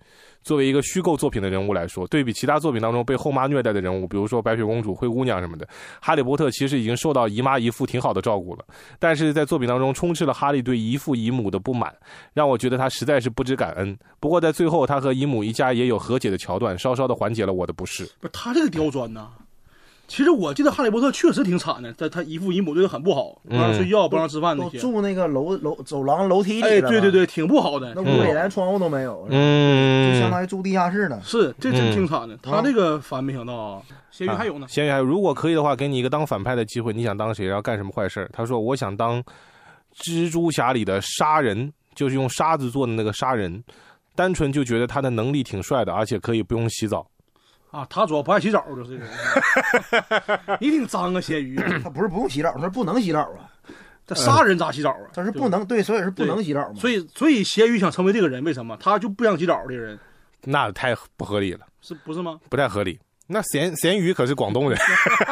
A: 作为一个虚构作品的人物来说，对比其他作品当中被后妈虐待的人物，比如说白雪公主、灰姑娘什么的，哈利波特其实已经受到姨妈姨父挺好的照顾了。但是在作品当中充斥了哈利对姨父姨母的不满，让我觉得他实在是不知感恩。不过在最后，他和姨母一家也有和解的桥段，稍稍的缓解了我的不适。
B: 不是他这个刁钻呐。其实我记得《哈利波特》确实挺惨的，他他姨父姨母对他很不好，不让睡觉，不让吃饭那
E: 都
B: 些。
E: 住那个楼楼走廊楼梯里
B: 哎，
E: 了，
B: 对对，嗯对，挺不好的
E: 那，屋里连窗户都没有，就相
A: 嗯，
E: 当于住地下室呢。
B: 是这这
A: 嗯
B: 挺惨的。他这个反没想到
E: 哦
B: 啊，咸鱼还有呢，
A: 咸鱼还有，如果可以的话，给你一个当反派的机会，你想当谁，然后干什么坏事儿？他说：“我想当蜘蛛侠里的杀人，就是用沙子做的那个杀人。单纯就觉得他的能力挺帅的，而且可以不用洗澡。
B: 啊，他主要不爱洗澡，就是这个 人。你挺脏啊，咸鱼，
E: 他不是不用洗澡，他是不能洗澡啊，
B: 这杀人咋洗澡啊？
E: 他嗯是不能对，所以是不能洗澡嘛。
B: 所以所以咸鱼想成为这个人，为什么？他就不想洗澡的人，
A: 那太不合理了，
B: 是不是吗？
A: 不太合理。那咸咸鱼可是广东人，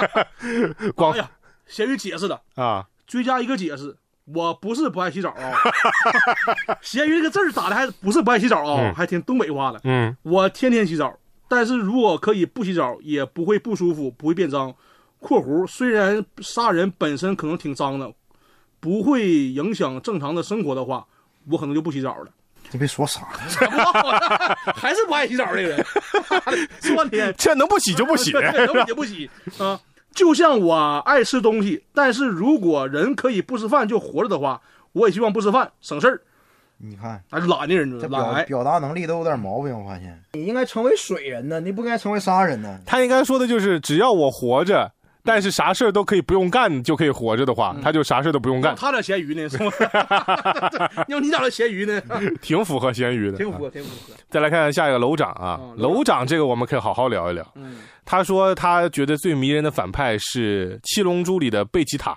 A: 广
B: 哎呀，咸鱼解释的，
A: 啊，
B: 追加一个解释，我不是不爱洗澡啊。 咸鱼这个字儿打的还不是不爱洗澡啊，
A: 嗯
B: 还挺东北话的。
A: 嗯，
B: 我天天洗澡，但是如果可以不洗澡，也不会不舒服，不会变脏。（括弧虽然杀人本身可能挺脏的，不会影响正常的生活的话，我可能就不洗澡了。
E: 这别说啥，
B: 还是不爱洗澡这个人， 说半天
A: 这能不洗就不洗。
B: 对也不洗啊。就像我爱吃东西，但是如果人可以不吃饭就活着的话，我也希望不吃饭，省事儿。
E: 你看
B: 啊，懒的人就
E: 这
B: 是
E: 表
B: 懒癌，
E: 表达能力都有点毛病，我发现。你应该成为水人呢，你不应该成为杀人呢。
A: 他应该说的就是，只要我活着，但是啥事儿都可以不用干就可以活着的话，他就啥事儿都不用干，
B: 嗯哦他俩咸鱼呢？是 吗？要你咋这 咸鱼呢？
A: 挺符合咸鱼的。
B: 挺符
A: 啊
B: 合，挺符合。
A: 再来看看下一个楼长啊，
B: 嗯楼
A: 楼长这个我们可以好好聊一聊。
B: 嗯
A: 他说他觉得最迷人的反派是《七龙珠》里的贝吉塔。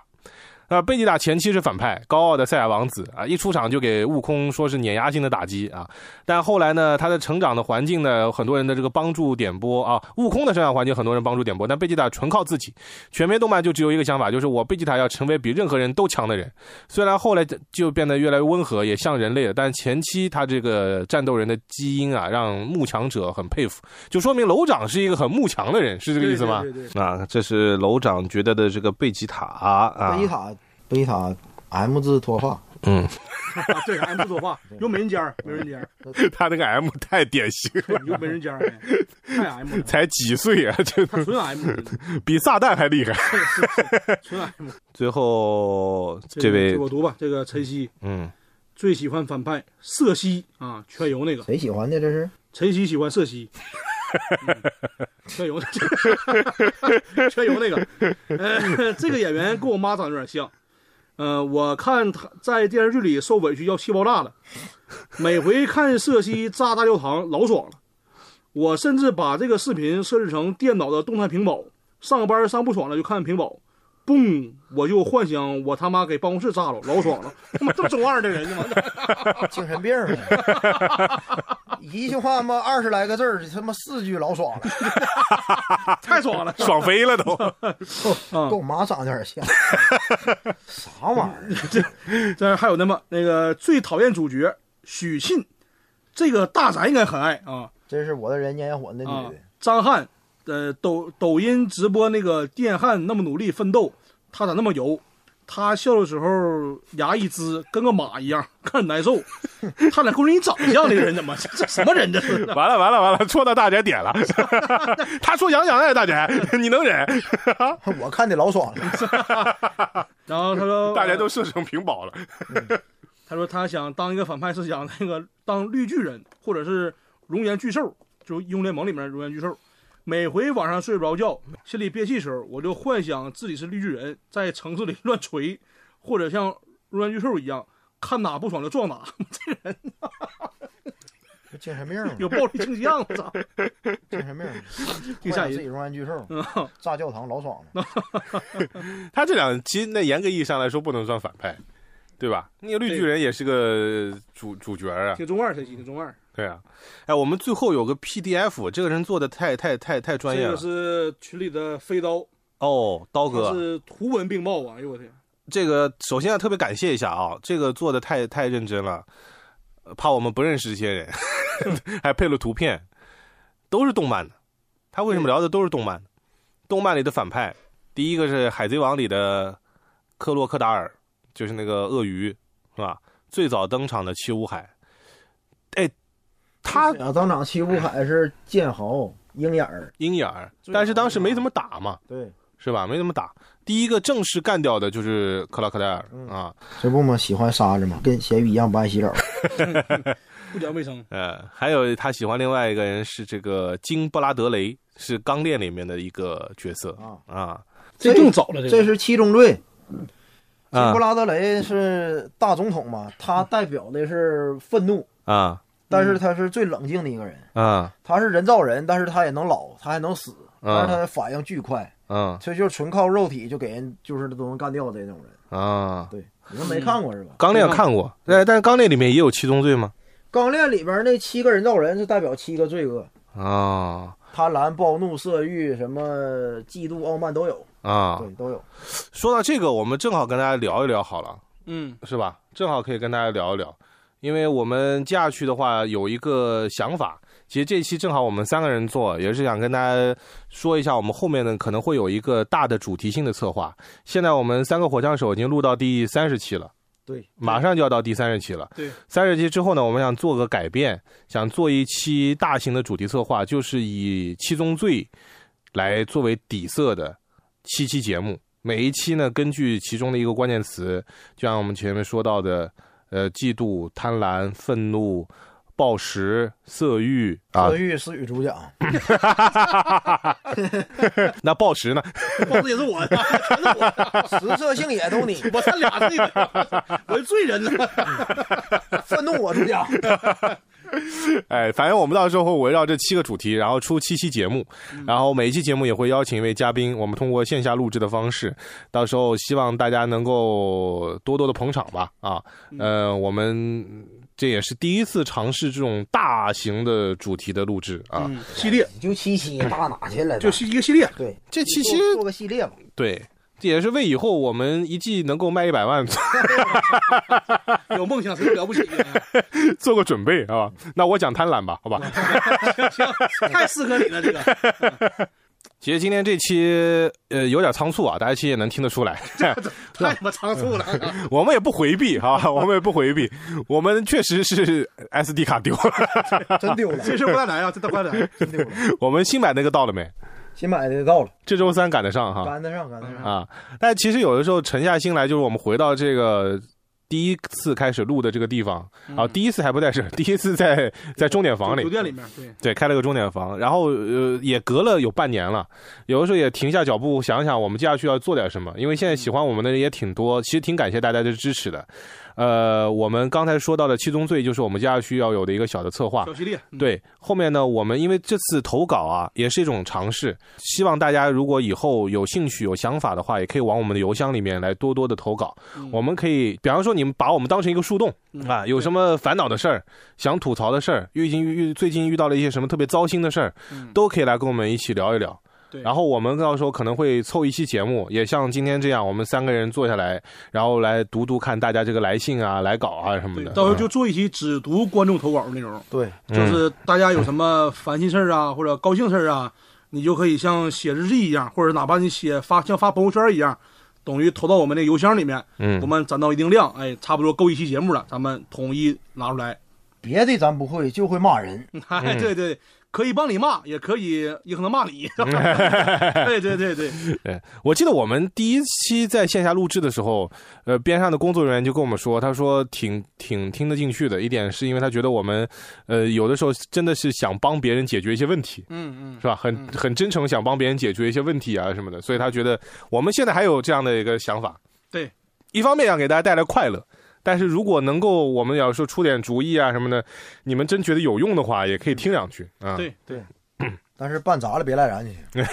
A: 啊，贝吉塔前期是反派，高傲的赛亚王子啊，一出场就给悟空说是碾压性的打击啊。但后来呢，他的成长的环境呢，有很多人的这个帮助点拨啊，悟空的成长环境很多人帮助点拨，但贝吉塔纯靠自己。全面动漫就只有一个想法，就是我贝吉塔要成为比任何人都强的人。虽然后来就变得越来越温和，也像人类了，但前期他这个战斗人的基因啊，让慕强者很佩服，就说明楼长是一个很慕强的人，是这个意思吗？
B: 对对对
A: 啊，这是楼长觉得的这个贝吉塔啊，
E: 贝塔，贝塔 M 字脱发，
A: 嗯，
B: 啊这个 M 不说话，有美人尖儿，美人尖儿，
A: 他那个 M 太典型了，
B: 有美人尖儿，哎太 M 了，
A: 才几岁啊，这
B: 他纯 M，真的
A: 比撒旦还厉害。
B: 是是是纯 M。
A: 最后
B: 这
A: 这
B: 个
A: 位，
B: 我读吧，这个晨曦
A: 嗯，
B: 最喜欢反派瑟西啊，全游那个
D: 谁喜欢的这是？
B: 晨曦喜欢瑟西，嗯、全 游全游那个，呃，这个演员跟我妈长得有点像，呃，我看他在电视剧里受委屈要气爆炸了，每回看瑟西炸大教堂老爽了，我甚至把这个视频设置成电脑的动态屏保，上班上不爽了就看屏保。嘣！我就幻想我他妈给办公室炸了，老爽了！他妈这么中二的人呢，完蛋
D: 精神病了。 一句话嘛，二十来个字儿，他妈四句老爽了，
B: 太爽了！
A: 爽飞了都。
B: 嗯
D: 跟我妈长得有点像。啥玩意儿？
B: 这还有那么那个最讨厌主角许沁，这个大宅应该很爱啊
D: 这是我的人烟火的女
B: 啊
D: 的，！
B: 张翰，呃，抖抖音直播那个电焊那么努力奋斗，他咋那么油？他笑的时候牙一支跟个马一样， 看着难受。他俩跟人长相，这个人怎么这这什么人这是？
A: 完了完了完了，戳到大姐点了。 他说杨洋哎，大姐，你能忍？
B: 啊
D: 我看的老爽 了。
B: 然后他说，
A: 大家都设成屏保了。
B: 他说他想当一个反派，是想那个当绿巨人，或者是熔岩巨兽，就是英雄联盟里面的熔岩巨兽。每回晚上睡不着觉，心里憋气时候，我就幻想自己是绿巨人，在城市里 乱锤，或者像熔岩巨兽一样，看哪不爽就撞哪，
D: 精神病了，
B: 有暴力倾向。我啊操！
D: 精神病了，
B: 挺吓
D: 幻想自
B: 人。
D: 己是万巨兽，
B: 嗯，
D: 炸教堂老爽了。
A: 他这两期那严格意义上来说不能算反派，对吧？那个绿巨人也是个主主角啊，
B: 挺中二，这期挺中二。
A: 对啊。哎，我们最后有个 PDF，这个人做的太太太太专业啊
B: 这
A: 了
B: 个。是群里的飞刀，
A: 哦，刀
B: 他
A: 哥，
B: 是图文并茂啊！哎呦我天，
A: 这个首先要特别感谢一下啊，这个做的太太认真了，呃怕我们不认识这些人， 还配了图片，都是动漫的。他为什么聊的都是动漫？动漫里的反派，第一个是《海贼王》里的克洛克达尔，就是那个鳄鱼，是吧？最早登场的七武海，哎，他
D: 啊，当场西部海是剑豪、鹰眼儿，
A: 鹰眼儿，但是当时没怎么打嘛，
D: 对，
A: 是吧？没怎么打。第一个正式干掉的就是克洛克达尔啊，
D: 这不嘛喜欢沙子嘛，跟咸鱼一样不爱洗澡。
B: 不讲卫生。
A: 呃，还有他喜欢另外一个人是这个金布拉德雷，是《钢炼》里面的一个角色
D: 啊
A: 啊
B: 这更早了，
D: 这
B: 个
D: 是七宗罪。
A: 啊
D: 嗯布拉德雷是大总统嘛，他代表的是愤怒，
A: 啊
D: 但是他是最冷静的一个人。
A: 啊
D: 他是人造人，但是他也能老，他还能死，但是他
A: 啊
D: 的反应巨快，
A: 啊
D: 所以就是纯靠肉体就给人就是都能干掉的那种人。
A: 啊！
D: 对，你们没看过是吧？
A: 钢炼看过，但但是钢炼里面也有七宗罪吗？
D: 钢炼里边那七个人造人是代表七个罪恶，
A: 啊
D: 贪婪、暴怒、色欲、什么嫉妒、傲慢都有，
A: 啊！
D: 对，都有。
A: 说到这个，我们正好跟大家聊一聊好了，
B: 嗯，
A: 是吧？正好可以跟大家聊一聊，因为我们接下去的话有一个想法，其实这一期正好我们三个人做，也是想跟大家说一下，我们后面呢可能会有一个大的主题性的策划。现在我们三个火枪手已经录到第三十期了。
D: 对，
A: 马上就要到第三十期了。
B: 对，
A: 三十期之后呢，我们想做个改变，想做一期大型的主题策划，就是以七宗罪来作为底色的七期节目。每一期呢，根据其中的一个关键词，就像我们前面说到的，呃，嫉妒、贪婪、愤怒、暴食、色欲啊
D: 色，欲是与主讲，
A: 那暴食呢？
B: 包子也是我的，全是我的。
D: 食色性 也都你，
B: 我咱俩这个，我是罪人呢。
D: 愤怒我主讲。
A: 哎，反正我们到时候会围绕这七个主题，然后出七期节目，然后每一期节目也会邀请一位嘉宾，我们通过线下录制的方式，到时候希望大家能够多多的捧场吧，啊，呃，我们这也是第一次尝试这种大型的主题的录制啊，
B: 嗯，系列
D: 就七七大哪去了？
B: 就是一个 系列，
D: 对，
A: 这七期
D: 做做个系列吧。
A: 对。这也是为以后我们一季能够卖一百万
B: 有梦想谁都了不起 啊！
A: 做个准备啊。那我讲贪婪吧，好吧？
B: 行行，太适合你了，这个
A: 其实今天这期呃有点仓促啊，大家其实也能听得出来，
B: 太他妈仓促
A: 嗯
B: 了。
A: 我们也不回避哈、我们也不回避，我们确实是 SD 卡丢了，
E: 真 丢了，
B: 这事不太难啊，这太难。
E: 真丢了。
A: 我们新买那个到了没？
E: 新买的到了，
A: 这周三赶得上哈，
E: 赶得上，赶得上。
A: 啊，但其实有的时候沉下心来，就是我们回到这个第一次开始录的这个地方，
E: 嗯
A: 啊，第一次还不在这儿，第一次在在钟点房里嗯
B: 酒，店里面，对，
A: 对，开了个钟点房，然后呃也隔了有半年了，有的时候也停下脚步想想我们接下去要做点什么，因为现在喜欢我们的人也挺多，其实挺感谢大家的支持的。呃，我们刚才说到的七宗罪就是我们接下去要有的一个小的策划，
B: 小系列，嗯，
A: 对，后面呢，我们因为这次投稿啊，也是一种尝试，希望大家如果以后有兴趣、有想法的话，也可以往我们的邮箱里面来多多的投稿。
B: 嗯
A: 我们可以，比方说你们把我们当成一个树洞啊，有什么烦恼的事儿、想吐槽的事儿，遇经遇最近遇到了一些什么特别糟心的事儿，都可以来跟我们一起聊一聊。
B: 嗯对
A: 然后我们到时候可能会凑一期节目，也像今天这样，我们三个人坐下来，然后来读读看大家这个来信啊、来稿啊什么
B: 对，
A: 的。
B: 到时候
A: 嗯
B: 就做一期只读观众投稿的内容，
E: 对，
B: 就是大家有什么烦心事
A: 嗯
B: 儿啊，或者高兴事儿啊，你就可以像写日记一样，或者哪怕你写发像发朋友圈一样，等于投到我们那邮箱里面，
A: 嗯
B: 我们攒到一定量，哎，差不多够一期节目了，咱们统一拿出来。
E: 别的咱不会，就会骂人。
B: 哎，对对，可以帮你骂，也可以也可能骂你。 对对对对，
A: 对，我记得我们第一期在线下录制的时候，呃，边上的工作人员就跟我们说，他说挺挺听得进去的，一点是因为他觉得我们，呃，有的时候真的是想帮别人解决一些问题，
B: 嗯嗯，
A: 是吧？很很真诚，想帮别人解决一些问题啊什么的，所以他觉得我们现在还有这样的一个想法，
B: 对，
A: 一方面想给大家带来快乐。但是如果能够，我们要说出点主意啊什么的，你们真觉得有用的话，也可以听两句啊。
B: 对对，
E: 但是办砸了别赖咱就行。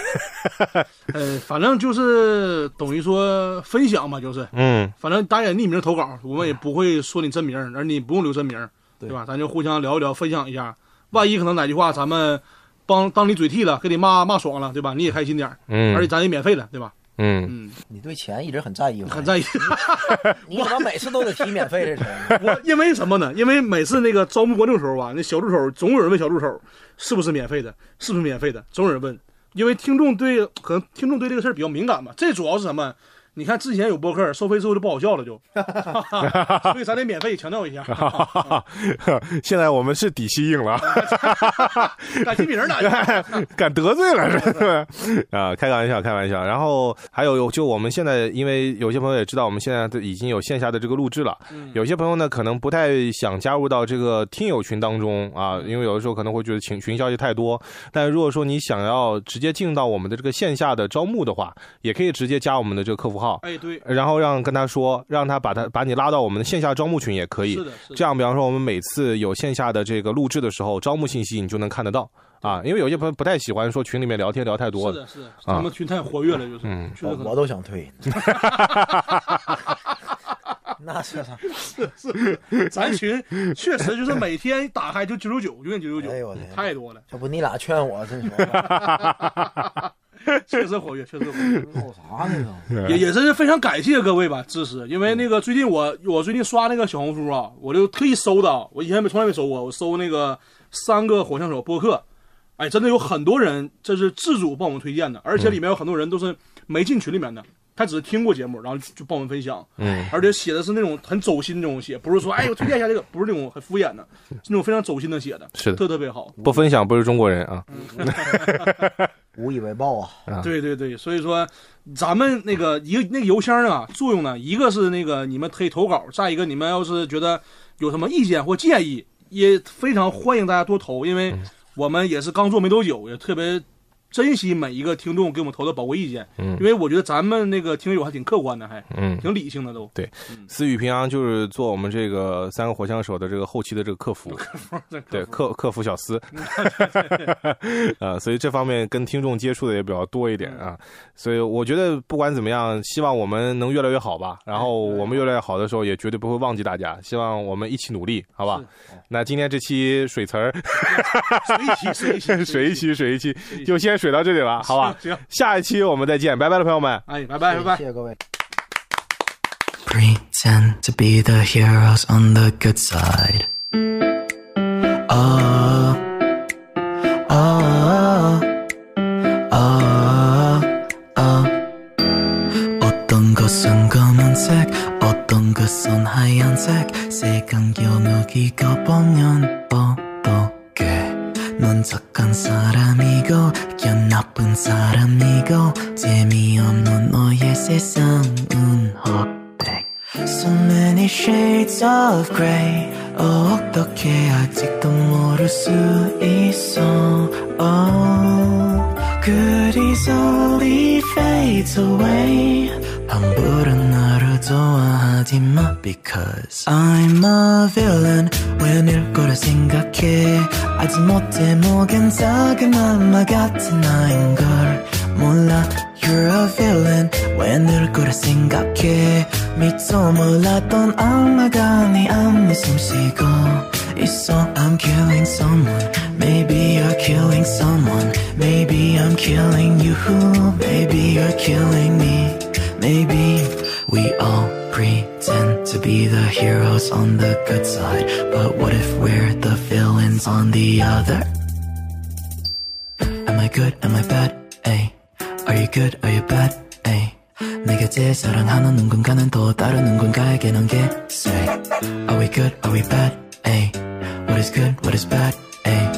B: 呃，反正就是等于说分享嘛，就是
A: 嗯，
B: 反正当然匿名投稿，我们也不会说你真名儿，而你不用留真名儿，对吧？咱就互相聊一聊，分享一下。万一可能哪句话咱们帮当你嘴替了，给你骂骂爽了，对吧？你也开心点儿，
A: 嗯
B: 而且咱也免费了，对吧？
A: 嗯，
B: 嗯，
E: 你对钱一直很在意吧，
D: 哎
B: 很在意。
E: 你怎么每次都得提免费这事儿？
B: 我因为什么呢？因为每次那个招募观众时候啊，那小助手总有人问小助手是不是免费的，是不是免费的，总有人问。因为听众对可能听众对这个事儿比较敏感嘛，这主要是什么？你看之前有播客收费之后就不好笑了 就，所以咱得免费强调一下。
A: 哈哈哈， 现在我们是底气硬了，
B: 感谢名儿呢。
A: 敢得罪了是吧？ 啊，开个玩笑，开玩笑。然后还有就我们现在，因为有些朋友也知道，我们现在已经有线下的这个录制了。有些朋友呢，可能不太想加入到这个听友群当中啊，因为有的时候可能会觉得群群消息太多。但如果说你想要直接进到我们的这个线下的招募的话，也可以直接加我们的这个客服号。
B: 哎，对，
A: 然后让跟他说，让他把他把你拉到我们的线下招募群也可以。
B: 是的，是的
A: 这。样，比方说我们每次有线下的这个录制的时候，招募信息你就能看得到啊，因为有些朋友不太喜欢说群里面聊天聊太多
B: 是
A: 的。
B: 的，是的，咱们群太活跃了， 就是，
A: 嗯
B: 确
E: 我
B: 实很
E: 我都想退。 那是啥？
B: 咱群确实就是每天打开就九九九，永远九九
E: 哎呦
B: 九
E: 我天，
B: 太多了，
E: 这不你俩劝我，这说吧
B: 确实活跃，确实活跃。
E: 闹啥呢？都
A: 哎
B: 也也真是非常感谢各位吧支持，因为
A: 嗯
B: 那个最近我我最近刷那个小红书啊，我就特意搜的啊，我以前没从来没搜过，我搜那个三个火枪手播客，哎，真的有很多人这是自主帮我们推荐的，而
A: 嗯
B: 且里面有很多人都是没进群里面的，他只是听过节目，然后就帮我们分享，
A: 嗯，
B: 而且写的是那种很走心这种写，不是说哎我推荐一下这个，不是那种很敷衍的，是那种非常走心的写的，
A: 是的
B: 特特别好，
A: 不分享不是中国人啊，
B: 嗯
E: 无以为报啊！
B: 对对对，所以说咱们那个一个那个邮箱啊，作用呢，一个是那个你们可以投稿，再一个你们要是觉得有什么意见或建议，也非常欢迎大家多投，因
A: 嗯
B: 为我们也是刚做没多久，也特别珍惜每一个听众给我们投的宝贵意见，
A: 嗯
B: 因为我觉得咱们那个听友还挺客观的，还
A: 嗯。
B: 挺理性的都，
A: 思雨平常就是做我们这个三个火枪手的这个后期的这个客服，对客客服小 司， 呃，所以这方面跟听众接触的也比较多一点啊，所以我觉得不管怎么样，希望我们能越来越好吧。然后我们越来越好的时候，也绝对不会忘记大家，希望我们一起努力，好吧？那今天这期水词儿，
B: 水一期水一期
A: 水一，期水一期，就先水到这里了，好吧？
B: 行，
A: 下一期我们再见，拜拜了，朋友们。
B: 哎，拜拜拜拜
E: 谢。谢各位。
F: pretend to be the heroes on the good side. Oh, oh, oh, oh. 아. sun 하얀색 새강겨누기 꺼뻥연 뻑뻑해 넌 착한 사람이고 견 나쁜 사람이고 재미없는 너의 세상은 헛백 So many shades of grey 어, 어떻게 아직도 모를 수 있어 oh, Good easily fades away 밤부른 나를 좋아하지마 Because I'm a villain 왜늘 거라 생각해 아직 못해 목엔 작은 엄마 같은 나인걸 몰라 You're a villain 왜늘 거라 생각해 미처 몰랐던 악마가 네 앞니 숨쉬고 있어 I'm killing someone Maybe you're killing someone Maybe I'm killing you Maybe you're killing me Maybe we all pretend to be the heroes on the good side But what if we're the villains on the other? Am I good? Am I bad? Ay. Are you good? Are you bad? Ay. 내가 제일 사랑하는 누군가는 또 다른 누군가에게 넘게 say Are we good? Are we bad? Ay. What is good? What is bad? Ay.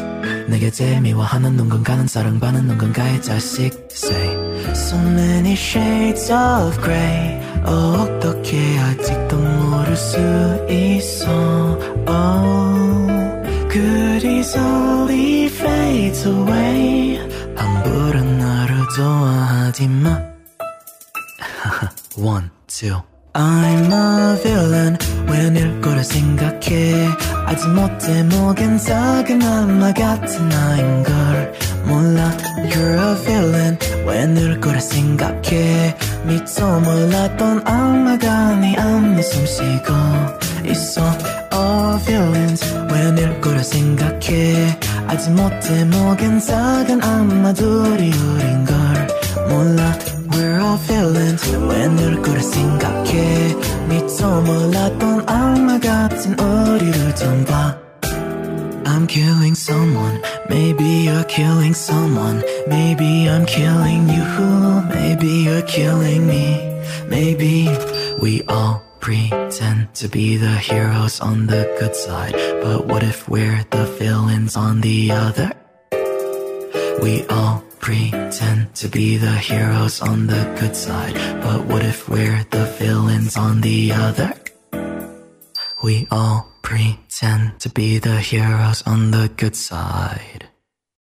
F: 내게 제일 미워하는 누군가는 사랑받는 누군가의 자식 say So many shades of grey 어, 어떻게 아직도 모를 수 있어 oh. Good easily fades away 함부로 나를 좋아하지마 One, two. I'm a villain. 왜늘 거라 생각해. 아직 못해 목엔 작은 악마 같은 나인걸 몰라. You're a villain. 왜늘 거라 생각해. 미처 몰랐던 악마가 네 앞니 숨쉬고 있어. All villains. 왜늘 거라 생각해. 아직 못해 목엔 작은 악마 둘이 우린걸 몰라. We're all villains 왜 늘 그래 생각해 미처 몰랐던 악마 같은 우리를 좀봐 I'm killing someone Maybe you're killing someone Maybe I'm killing you Maybe you're killing me Maybe we all pretend to be the heroes on the good side But what if we're the villains on the other? We all pretend to be the heroes on the good side, but what if we're the villains on the other? We all pretend to be the heroes on the good side.